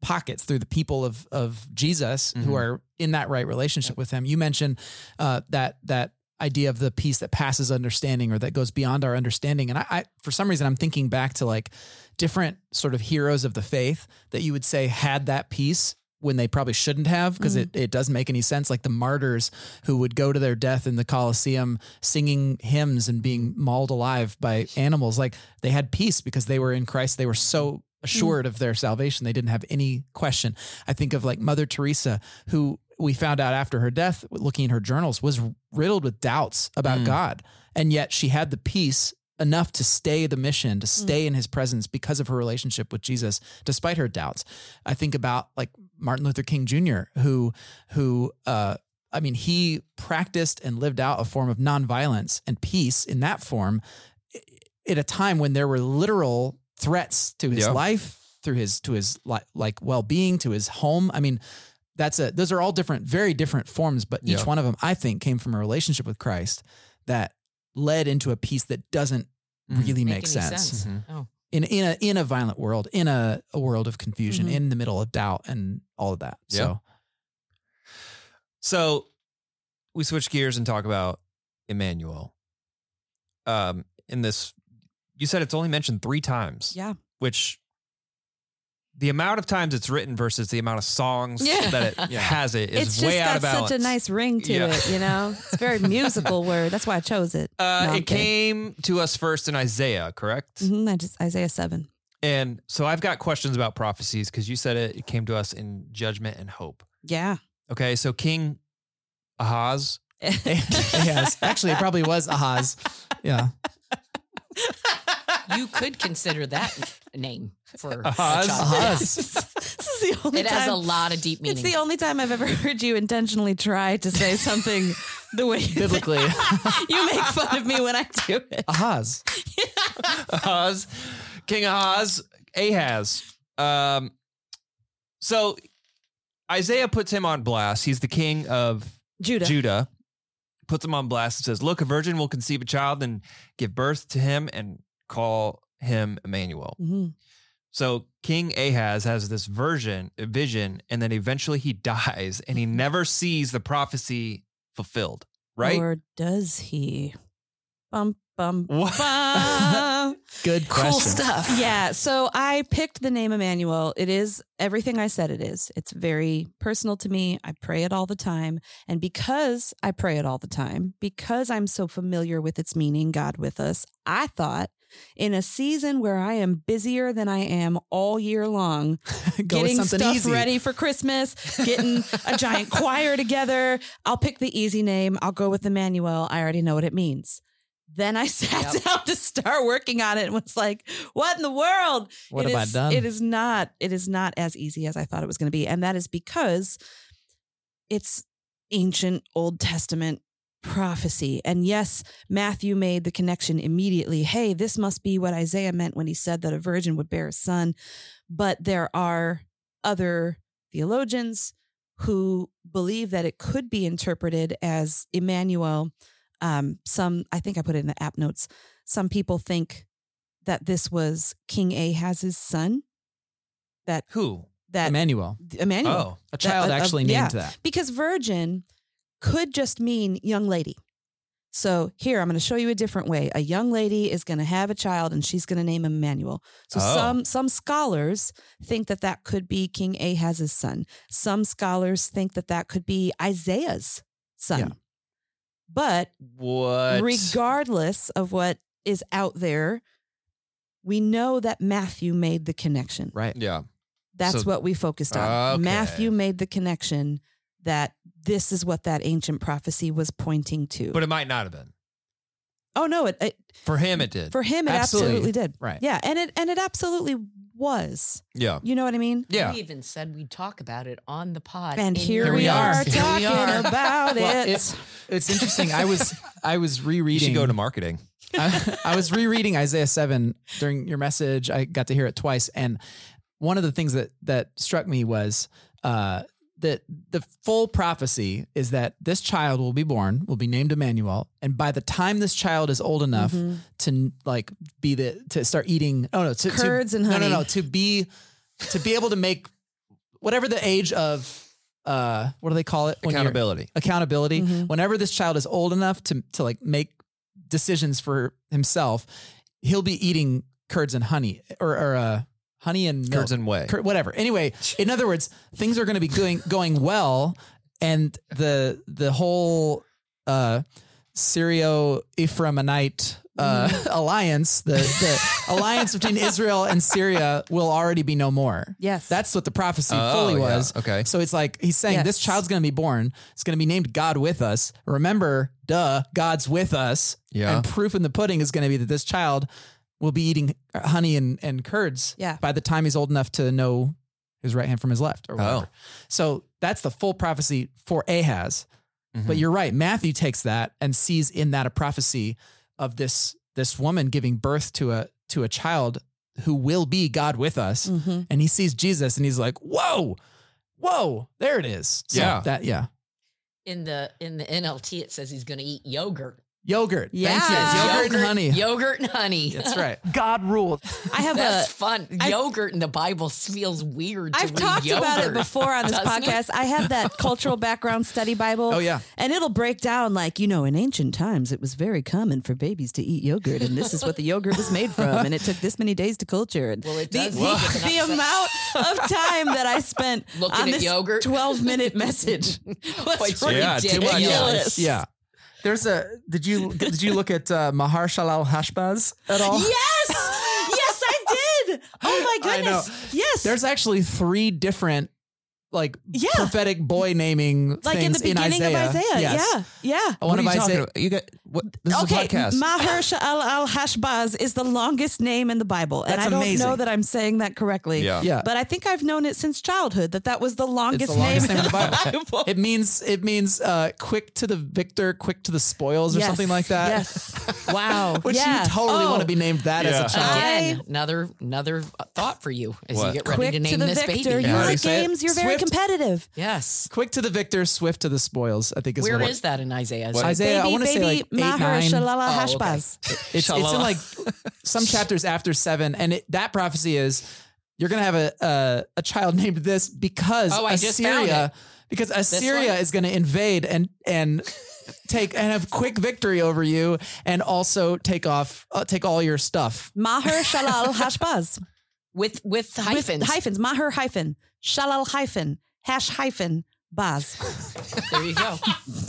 pockets, through the people of of Jesus who Mhm. are in that right relationship with Him. You mentioned uh, that that idea of the peace that passes understanding or that goes beyond our understanding. And I, I for some reason, I'm thinking back to like different sort of heroes of the faith that you would say had that peace when they probably shouldn't have because it, it doesn't make any sense like the martyrs who would go to their death in the coliseum singing hymns and being mauled alive by animals like they had peace because they were in christ they were so assured of their salvation they didn't have any question i think of like mother teresa who we found out after her death looking in her journals was riddled with doubts about Mm. god and yet she had the peace enough to stay the mission to stay in his presence because of her relationship with jesus despite her doubts I think about like Martin Luther King Jr., who who uh I mean he practiced and lived out a form of nonviolence and peace in that form i- at a time when there were literal threats to his Yeah. life, through his to his li- like well-being, to his home. I mean, that's a those are all different very different forms, but each Yeah. one of them I think came from a relationship with Christ that led into a peace that doesn't Hmm. Mhm. really Make make, any sense sense. Mhm. Oh, in in a in a violent world, in a, a world of confusion, Mhm. in the middle of doubt and all of that. So So we switch gears and talk about Emmanuel. Um, in this, you said it's only mentioned three times. Yeah. Which the amount of times it's written versus the amount of songs Yeah. that it Yeah. has it is it's just way got out of balance. such a nice ring to Yeah. it, you know. It's a very musical word. That's why I chose it. uh, No, I'm it came to us first in Isaiah, correct? Mhm, I just Isaiah seven. And so I've got questions about prophecies because you said it, it came to us in judgment and hope. Yeah. Okay, so King Ahaz, yes, actually, it probably was Ahaz. Yeah, you could consider that name for a Ahaz. child. Ahaz. this is the only It time. has a lot of deep meaning. It's the only time I've ever heard you intentionally try to say something the way you Biblically, you make fun of me when I do it. Ahaz. Ahaz, King Ahaz, Ahaz. Um, so Isaiah puts him on blast. He's the king of Judah. Judah. Puts him on blast and says, "Look, a virgin will conceive a child and give birth to him and call him Emmanuel." Mhm. So King Ahaz has this version, vision, and then eventually he dies, and he never sees the prophecy fulfilled. Right? Or does he? Bum bum What? bum. Good question. Cool stuff. yeah. So I picked the name Emmanuel. It is everything I said it is. It's very personal to me. I pray it all the time. And because I pray it all the time, because I'm so familiar with its meaning, God with us, I thought in a season where I am busier than I am all year long, Go with getting something stuff easy. ready for Christmas, getting a giant choir together. I'll pick the easy name. I'll go with Emmanuel. I already know what it means. Then I sat Yep. down to start working on it and was like, what in the world? What It have is- I done? It is not. It is not as easy as I thought it was going to be, and that is because it's ancient Old Testament prophecy. And yes, Matthew made the connection immediately. Hey, this must be what Isaiah meant when he said that a virgin would bear a son. But there are other theologians who believe that it could be interpreted as Emmanuel. Um, some, I think I put it in the app notes. Some people think that this was King Ahaz's son. That Who? that Emmanuel, Oh, Emmanuel a child uh, uh, actually yeah. named that. because virgin could just mean young lady. So here, I'm going to show you a different way. A young lady is going to have a child, and she's going to name him Emmanuel. So Oh. some some scholars think that that could be King Ahaz's son. Some scholars think that that could be Isaiah's son. Yeah. But what? regardless of what is out there, we know that Matthew made the connection. Right. yeah. That's So- what we focused on. Okay. Matthew made the connection that this is what that ancient prophecy was pointing to. But it might not have been. oh no, it, it For him, it did. for him it Absolutely. absolutely. did. Right. Yeah, and it and it absolutely was. yeah. You know what I mean? Yeah. We even said we'd talk about it on the pod. And here, Here we, we are, are. Here talking we are. about Well, it. it's it's interesting. I was I was rereading. You should go to marketing. I, I was rereading Isaiah seven during your message. I got to hear it twice, and one of the things that that struck me was uh, that the full prophecy is that this child will be born, will be named Emmanuel, and by the time this child is old enough Mhm. to like be the to start eating. Oh no, to, to- Curds and No, no, no. honey. To be to be able to make whatever the age of uh, what do they call it? When you're- Accountability. accountability Mm-hmm. Mhm. whenever this child is old enough to to like make decisions for himself he'll be eating curds and honey or, or uh honey and milk, Curds and whey. Cur- whatever anyway in other words things are going to be going going well and the the whole uh syrio ephraimite uh, Mm-hmm. alliance the, the alliance between israel and syria will already be no more yes. that's what the prophecy Oh, fully yeah. was Okay. so it's like he's saying this Yes. child's going to be born. It's going to be named God with us. Remember, duh, God's with us. Yeah. And proof in the pudding is going to be that this child will be eating honey and, and curds Yeah. by the time he's old enough to know his right hand from his left or whatever. Oh. So that's the full prophecy for Ahaz. Mm-hmm. But you're right. Matthew takes that and sees in that a prophecy of this this woman giving birth to a to a child who will be God with us Mhm. and he sees Jesus and he's like, "Whoa, whoa, there it is." So Yeah. that yeah, in the in the NLT, it says he's going to eat yogurt. yogurt. Thank you. Yeah. yogurt, and honey. Uh, Yogurt and honey. That's right. God ruled. I have a That's fun. I- yogurt in the Bible feels weird. To I've read talked about it yogurt. before on this Doesn't it? podcast. I have that cultural background study Bible. Oh yeah, And it'll break down like, you know, in ancient times, it was very common for babies to eat yogurt, and this is what the yogurt was made from, and it took this many days to culture. And Well, it the, does the, make us the upset. amount of time that I spent Looking on at this yogurt. 12 minute message was Quite Yeah, too much. ridiculous. yeah. There's a. Did you did you look at uh, Maharshalal Hashbaz at all? Yes. Yes, I did. Oh my I know. goodness. Yes. There's actually three different like Yeah. prophetic boy naming like in the things beginning Isaiah. of Isaiah. Yes. Yeah. Yeah. what One are of you talking Isaiah. about? You got what? This okay, is a podcast. Mahersha al al Hashbaz is the longest name in the Bible, and That's I don't amazing. know that I'm saying that correctly. Yeah. Yeah. but I think I've known it since childhood that that was the longest, it's the longest name in the Bible. Bible. It means it means uh, quick to the victor, quick to the spoils, or Yes, something like that. Yes. Wow. Which yeah. you totally Oh, want to be named that Yeah. as a child. Again, I- another another thought for you as What? you get ready Quick to name the this victor. baby. You Yeah. like Say it. games. You're very Swift. competitive. Yes. Quick to the victor, swift to the spoils. I think is Where what- is that in Isaiah? What? Isaiah. I baby, want to say baby, like eight, nine. Mahershala al Oh, okay. Hashbaz. It's, it's in Shalala. like some chapters after seven, and it, that prophecy is you're gonna have a a, a child named this because Oh, I just found Assyria because Assyria one? is gonna invade and and take and have quick victory over you, and also take off uh, take all your stuff. Mahershala al Hashbaz. With with hyphens. With hyphens. Maher hyphen. Shalal hyphen. Hash hyphen. Baz. there you go.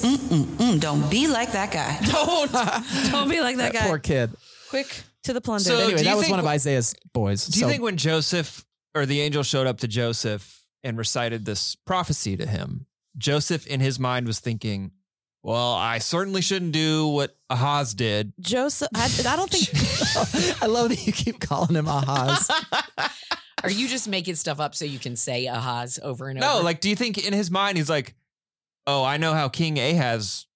Hmm, Mm, don't be like that guy. Oh, Don't Don't be like that guy. poor kid. Quick to the plunder. So Oh, do Anyway, you that was think- one of Isaiah's boys. Do you So- think when Joseph or the angel showed up to Joseph and recited this prophecy to him, Joseph in his mind was thinking, well, I certainly shouldn't do what Ahaz did. Joseph, I, I don't think I love that you keep calling him ahas. Are you just making stuff up so you can say ahas over and No, over? like, do you think in his mind he's like, oh, I know how King Ahaz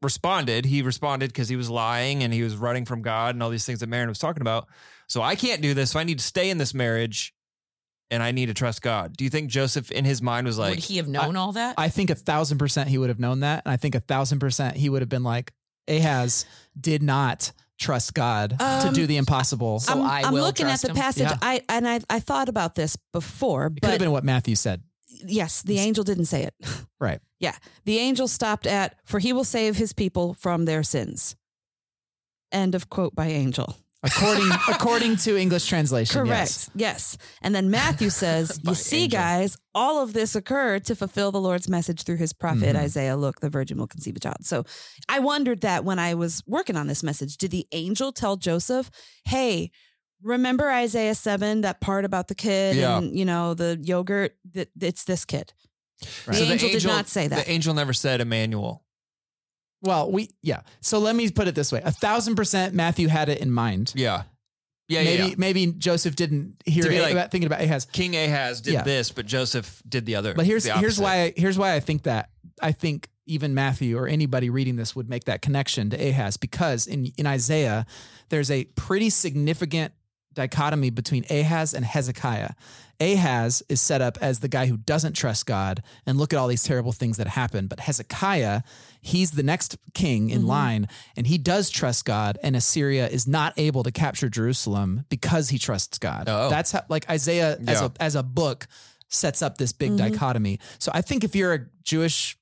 responded. He responded because he was lying and he was running from God and all these things that Marin was talking about. So I can't do this. So I need to stay in this marriage and I need to trust God. Do you think Joseph in his mind was like, Would he have known all that? I think a thousand percent he would have known that. And I think a thousand percent he would have been like, Ahaz did not trust God to Um, do the impossible. So I am will looking at trust the him. passage. Yeah. I and I I thought about this before, it could have but been what Matthew said. yes, the angel didn't say it. Right. Yeah, the angel stopped at "For he will save his people from their sins." End of quote by angel. According according to English translation. Correct. yes. Yes. And then Matthew says, By You see, angel. guys, all of this occurred to fulfill the Lord's message through his prophet Mhm. Isaiah. Look, the virgin will conceive a child. So I wondered that when I was working on this message. Did the angel tell Joseph, Hey, remember Isaiah 7, that part about the kid Yeah. and, you know, the yogurt? That It's this kid. Right. The, angel did not say that. The angel never said Emmanuel. Well, we yeah. So let me put it this way: a thousand percent, Matthew had it in mind. Yeah. Yeah, maybe yeah, yeah. maybe Joseph didn't hear To be it like- about thinking about Ahaz. King Ahaz did Yeah. this, but Joseph did the other. But here's the here's opposite. why I, here's why I think that I think even Matthew or anybody reading this would make that connection to Ahaz because in in Isaiah there's a pretty significant dichotomy between Ahaz and Hezekiah. Ahaz is set up as the guy who doesn't trust God and look at all these terrible things that happen, but Hezekiah, he's the next king in Mhm. line and he does trust God and Assyria is not able to capture Jerusalem because he trusts God. Oh. That's how like Isaiah as Yeah. a as a book sets up this big Mhm. dichotomy. So I think if you're a Jewish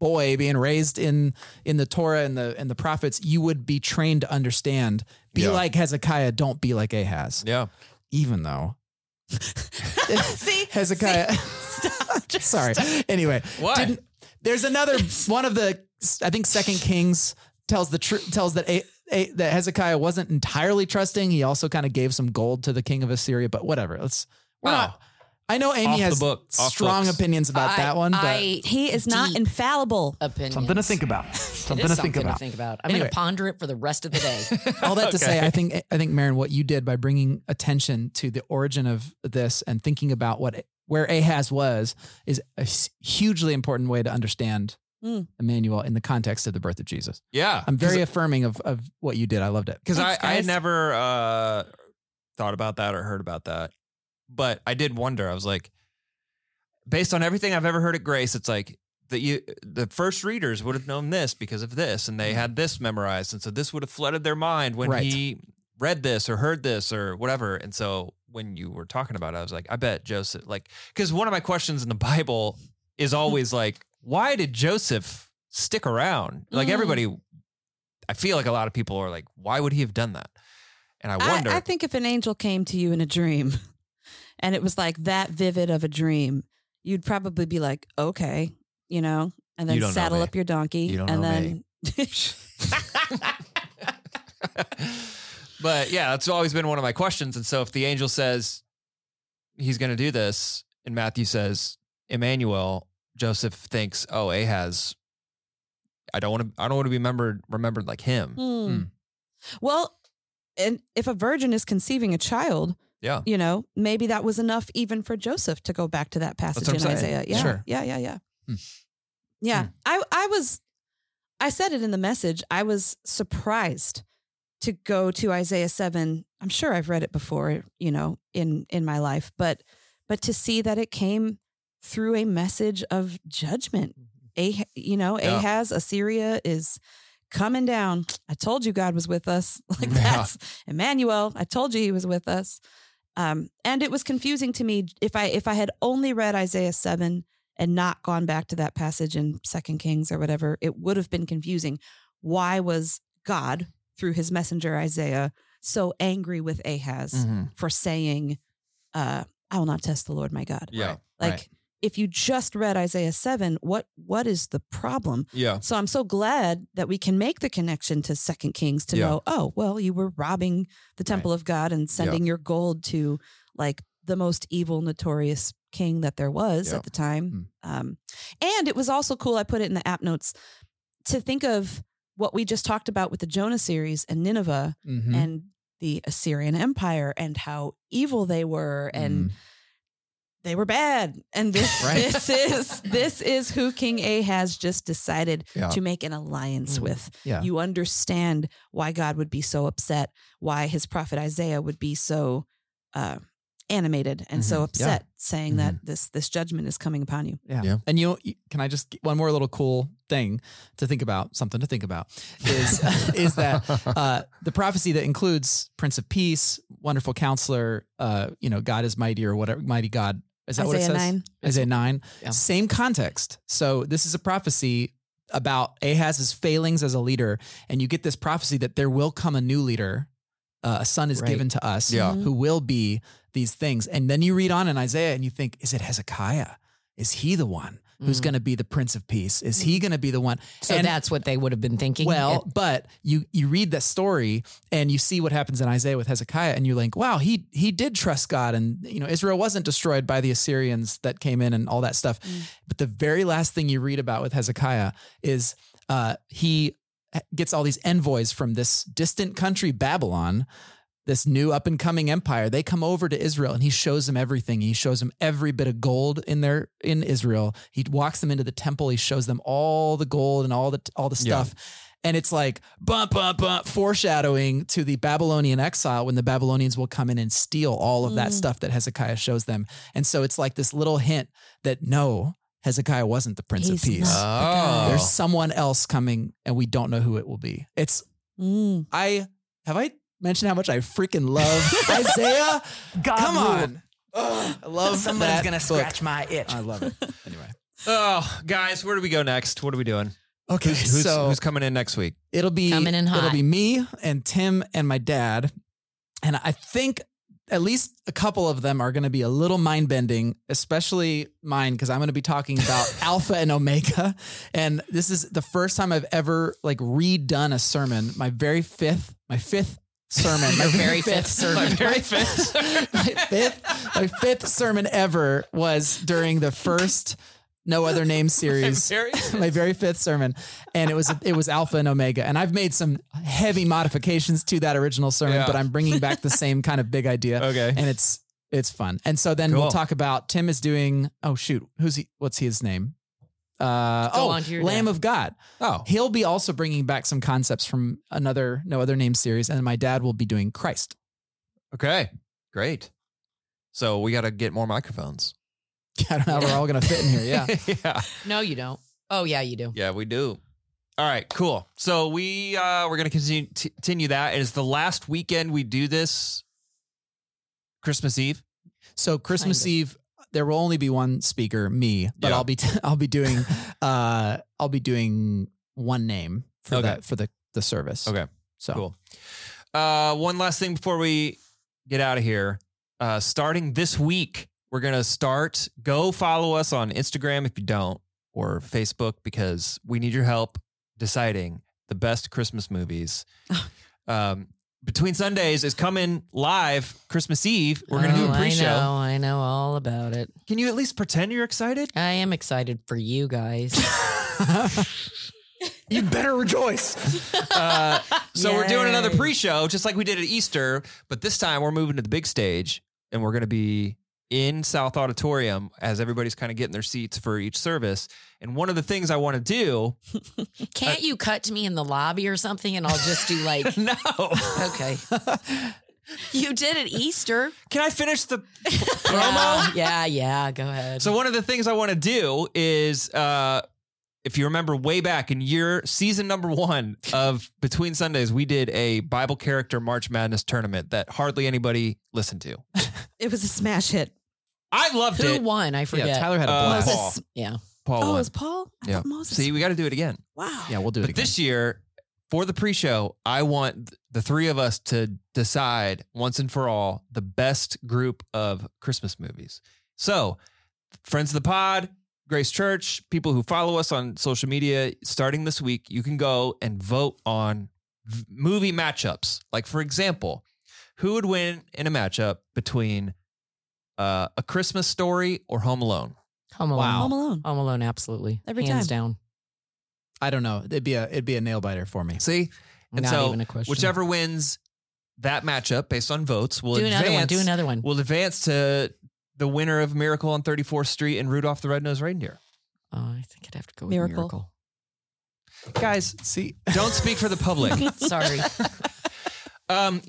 boy being raised in in the Torah and the and the prophets, you would be trained to understand be Yeah. like Hezekiah, don't be like Ahaz. Yeah. Even though see? Hezekiah Stop. Just Sorry. stop. Anyway, What? didn't- there's another one of the I think Second Kings tells the truth tells that a, a, that Hezekiah wasn't entirely trusting. He also kind of gave some gold to the king of Assyria, but whatever. Let's we're Wow. not- I know Amy Off the has book. Off strong books. opinions about I- that one, but I- He is not Deep infallible. opinion. something to think about. Something It to is think something about. I'm Anyway. going to ponder it for the rest of the day. All that to say, Oh. Okay. I think I think Marin, what you did by bringing attention to the origin of this and thinking about what where Ahaz was is a s- hugely important way to understand Mm. Emmanuel in the context of the birth of Jesus. Yeah. I'm very affirming of of what you did. I loved it. because I, Thanks, I had guys. never uh, thought about that or heard about that, but I did wonder. I was like, based on everything I've ever heard at Grace, it's like that you the first readers would have known this because of this, and they Mm-hmm. had this memorized, and so this would have flooded their mind when Right. he read this or heard this or whatever. And so when you were talking about it, I was like, I bet Joseph, like, because one of my questions in the Bible is Mm-hmm. always like, why did Joseph stick around? Like Mm. everybody, I feel like a lot of people are like, why would he have done that? And I wonder. I, think if an angel came to you in a dream and it was like that vivid of a dream, you'd probably be like, okay, you know, and You then don't know saddle me. up your donkey. You don't and know then but yeah, that's always been one of my questions. And so if the angel says he's going to do this, and Matthew says Emmanuel, Joseph thinks, oh, Ahaz. I don't want to. I don't want to be remembered remembered like him. Hmm. Well, and if a virgin is conceiving a child, Yeah. you know, maybe that was enough even for Joseph to go back to that passage what in I'm saying. Isaiah. Yeah, Sure. yeah, yeah, yeah. Hmm. Yeah, Hmm. I I was, I said it in the message. I was surprised to go to Isaiah seven. I'm sure I've read it before, you know, in in my life, but but to see that it came through a message of judgment. Ah, you know, Mm-hmm. Yeah. Ahaz, Assyria is coming down. I told you God was with us. Like Yeah. that's Emmanuel. I told you he was with us. Um, and it was confusing to me if I if I had only read Isaiah seven and not gone back to that passage in Second Kings or whatever, it would have been confusing. Why was God through His messenger Isaiah so angry with Ahaz Mm. Mm-hmm. for saying, uh, "I will not test the Lord my God"? Yeah. Like Right. if you just read Isaiah seven, what what is the problem? Yeah. So I'm so glad that we can make the connection to Second Kings to Yeah. know, oh, well, you were robbing the temple of God and sending your gold to like the most evil, notorious king that there was Yeah. Hmm. at the time. Um, and it was also cool. I put it in the app notes to think of what we just talked about with the Jonah series and Nineveh Mm-hmm. Mhm. Mm-hmm. and the Assyrian Empire and how evil they were and Mm. they were bad. And this Right. this is this is who King A has just decided Yeah. to make an alliance Mm. with. Yeah. You understand why God would be so upset, why his prophet Isaiah would be so uh, animated and Mhm. so Yeah. upset, saying that this this judgment is coming upon you. Yeah. Yeah. And you can I just one more little cool thing to think about, something to think about is is that uh, the prophecy that includes Prince of Peace, Wonderful Counselor, uh, you know, God is mighty or whatever, mighty God. Is that what it Isaiah says? nine. Isaiah nine. Yeah. Same context. So this is a prophecy about Ahaz's failings as a leader, and you get this prophecy that there will come a new leader. Uh, a son is Right. given to us Yeah. who will be these things. And then you read on in Isaiah and you think, is it Hezekiah? Is he the one who's Mm. going to be the Prince of Peace? Is Mm. he going to be the one? So And- that's what they would have been thinking. well, It- but you you read that story and you see what happens in Isaiah with Hezekiah, and you're like, wow, he he did trust God, and you know Israel wasn't destroyed by the Assyrians that came in and all that stuff. Mm. But the very last thing you read about with Hezekiah is uh, he gets all these envoys from this distant country, Babylon. This new up and coming empire, they come over to Israel and he shows them everything. He shows them every bit of gold in their in Israel. He walks them into the temple. He shows them all the gold and all the all the Yeah. stuff. And it's like bump, bump, bump, foreshadowing to the Babylonian exile when the Babylonians will come in and steal all of that Mm. stuff that Hezekiah shows them. And so it's like this little hint that no, Hezekiah wasn't the Prince He's of Peace. not. oh. There's someone else coming and we don't know who it will be. It's, Mm. I, have I mentioned how much I freaking love Isaiah? God Come rule. on. Ugh, I love Someone's that gonna book. scratch my itch. I love it. Anyway. Oh, guys, where do we go next? What are we doing? Okay. Who's, who's, so who's coming in next week? It'll be Coming in It'll hot. be me and Tim and my dad, and I think at least a couple of them are going to be a little mind bending, especially mine because I'm going to be talking about Alpha and Omega, and this is the first time I've ever like redone a sermon. My very fifth, my fifth sermon, my very fifth sermon. my very fifth, my fifth, my fifth sermon ever was during the first. No other name series my very fifth sermon, and it was it was Alpha and Omega. And I've made some heavy modifications to that original sermon, Yeah. but I'm bringing back the same kind of big idea. Okay. and it's it's fun. And so then Cool. we'll talk about Tim is doing. Oh shoot, who's he? What's his name? Uh, Go oh, on to your Lamb dad. of God. Oh, He'll be also bringing back some concepts from another No Other Name series, and my dad will be doing Christ. okay. Great. So we got to get more microphones. I don't know how we're all gonna fit in here. Yeah, yeah. no, you don't. Oh, yeah, you do. Yeah, we do. All right, cool. So we uh we're gonna continue t- continue that. It is the last weekend we do this. Christmas Eve. So Christmas Kind of. Eve, there will only be one speaker, me, but Yeah. I'll be t- I'll be doing uh I'll be doing one name for Okay. that for the the service. Okay. So Cool. Uh, one last thing before we get out of here. Uh, starting this week, we're gonna start. Go follow us on Instagram if you don't, or Facebook because we need your help deciding the best Christmas movies. um, between Sundays is coming live Christmas Eve. We're gonna do Oh, a pre-show. I know, I know all about it. Can you at least pretend you're excited? I am excited for you guys. You better rejoice. Uh, so we're doing another Yay. pre-show, just like we did at Easter, but this time we're moving to the big stage, and we're going to be in South Auditorium as everybody's kind of getting their seats for each service. And one of the things I want to do, Can't you cut to me in the lobby or something and I'll just do like, no, okay. You did it Easter. can I finish the? Promo? Yeah, yeah, go ahead. So one of the things I want to do is. Uh, if you remember way back in year season number one of Between Sundays, we did a Bible character March Madness tournament that hardly anybody listened to. It was a smash hit. I loved Who it. won? I forget. yeah, Tyler had a Uh, blast. Paul. Moses. yeah. Paul Oh, it won. was Paul? I Yeah. thought Moses. See, we got to do it again. wow. Yeah, we'll do it. but this year, for the pre-show, I want th- the three of us to decide once and for all the best group of Christmas movies. So, friends of the pod, Grace Church, people who follow us on social media, starting this week, you can go and vote on v- movie matchups. Like for example, who would win in a matchup between uh, A Christmas Story or Home Alone? Home Alone. Wow. Home Alone. Home Alone, absolutely. Every Hands time. down. I don't know. It'd be a it'd be a nail biter for me. See, And Not so, even a question. whichever wins that matchup based on votes will do advance. another one. Do another one. Will advance to the winner of Miracle on 34th Street and Rudolph the Red-Nosed Reindeer? Uh, I think I'd have to go with Miracle. Miracle. Guys, See, don't speak for the public. Sorry. Um,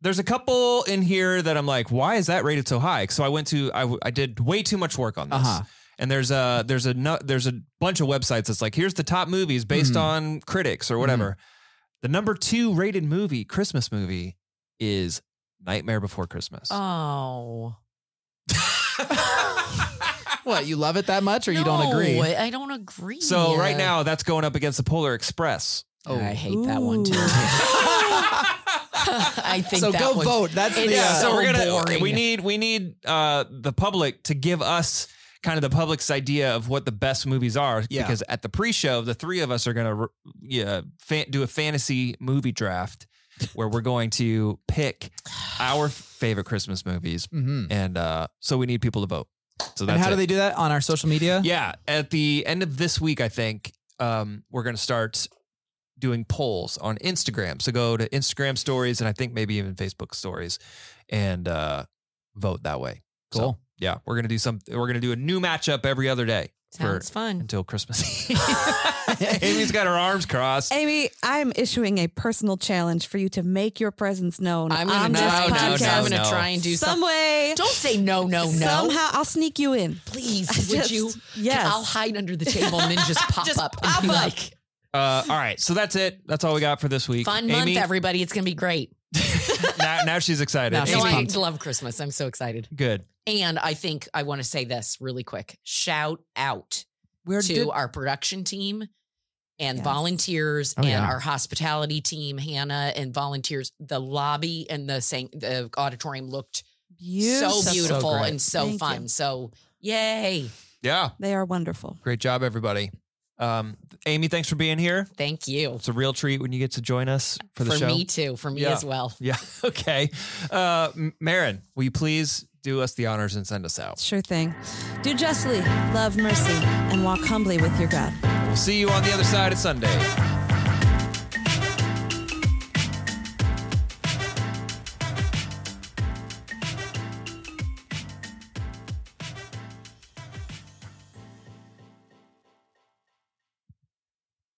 there's a couple in here that I'm like, why is that rated so high? So I went to I, w- I did way too much work on this. Uh-huh. And there's a there's a nu- there's a bunch of websites that's like here's the top movies based Mhm. on critics or whatever. The number two rated movie, Christmas movie, is Nightmare Before Christmas. oh. what you love it that much, or you don't agree? No, I don't agree. so right now that's going up against the Polar Express. Oh, I hate that one too. Ooh. I think so that go one- vote. That's It's the yeah, uh, so, so we're gonna boring. we need we need uh the public to give us kind of the public's idea of what the best movies are Yeah. because at the pre-show the three of us are gonna r- yeah fan, do a fantasy movie draft where we're going to pick our favorite Christmas movies mhm. and uh so we need people to vote. So that's And how do it. they do that on our social media? Yeah, at the end of this week, I think um, we're going to start doing polls on Instagram. So go to Instagram stories and I think maybe even Facebook stories and uh, vote that way. So, Cool. yeah, we're going to do some. We're going to do a new matchup every other day for Sounds Mm. fun. until Christmas. Amy's got her arms crossed. Amy, I'm issuing a personal challenge for you to make your presence known I'm on gonna this try, no, podcast. no, I'm gonna no. try and do Some something. way, Don't say no, no, no. somehow, I'll sneak you in. Please, I would just- you? yes. I'll hide under the table and then just pop Just up and be pop up. like, Uh, all right, so that's it. That's all we got for this week. fun Amy, month, everybody. It's going to be great. now, now she's excited. Now she's No, Amy, I pumped. love Christmas. I'm so excited. good. And I think I want to say this really quick. Shout out Where to did- our production team and Yes. volunteers Oh, and yeah. our hospitality team, Hannah and volunteers. The lobby and the san- the auditorium looked Beautiful. so beautiful So great. and so Thank fun. you. So yay! yeah, They are wonderful. great job, everybody. Um, Amy, thanks for being here. Thank you It's a real treat when you get to join us for the show. me too. For me Yeah. as well. Yeah. Okay. Uh, M- Marin, will you please do us the honors and send us out? Sure thing. Do justly, love mercy, and walk humbly with your God. We'll see you on the other side of Sunday.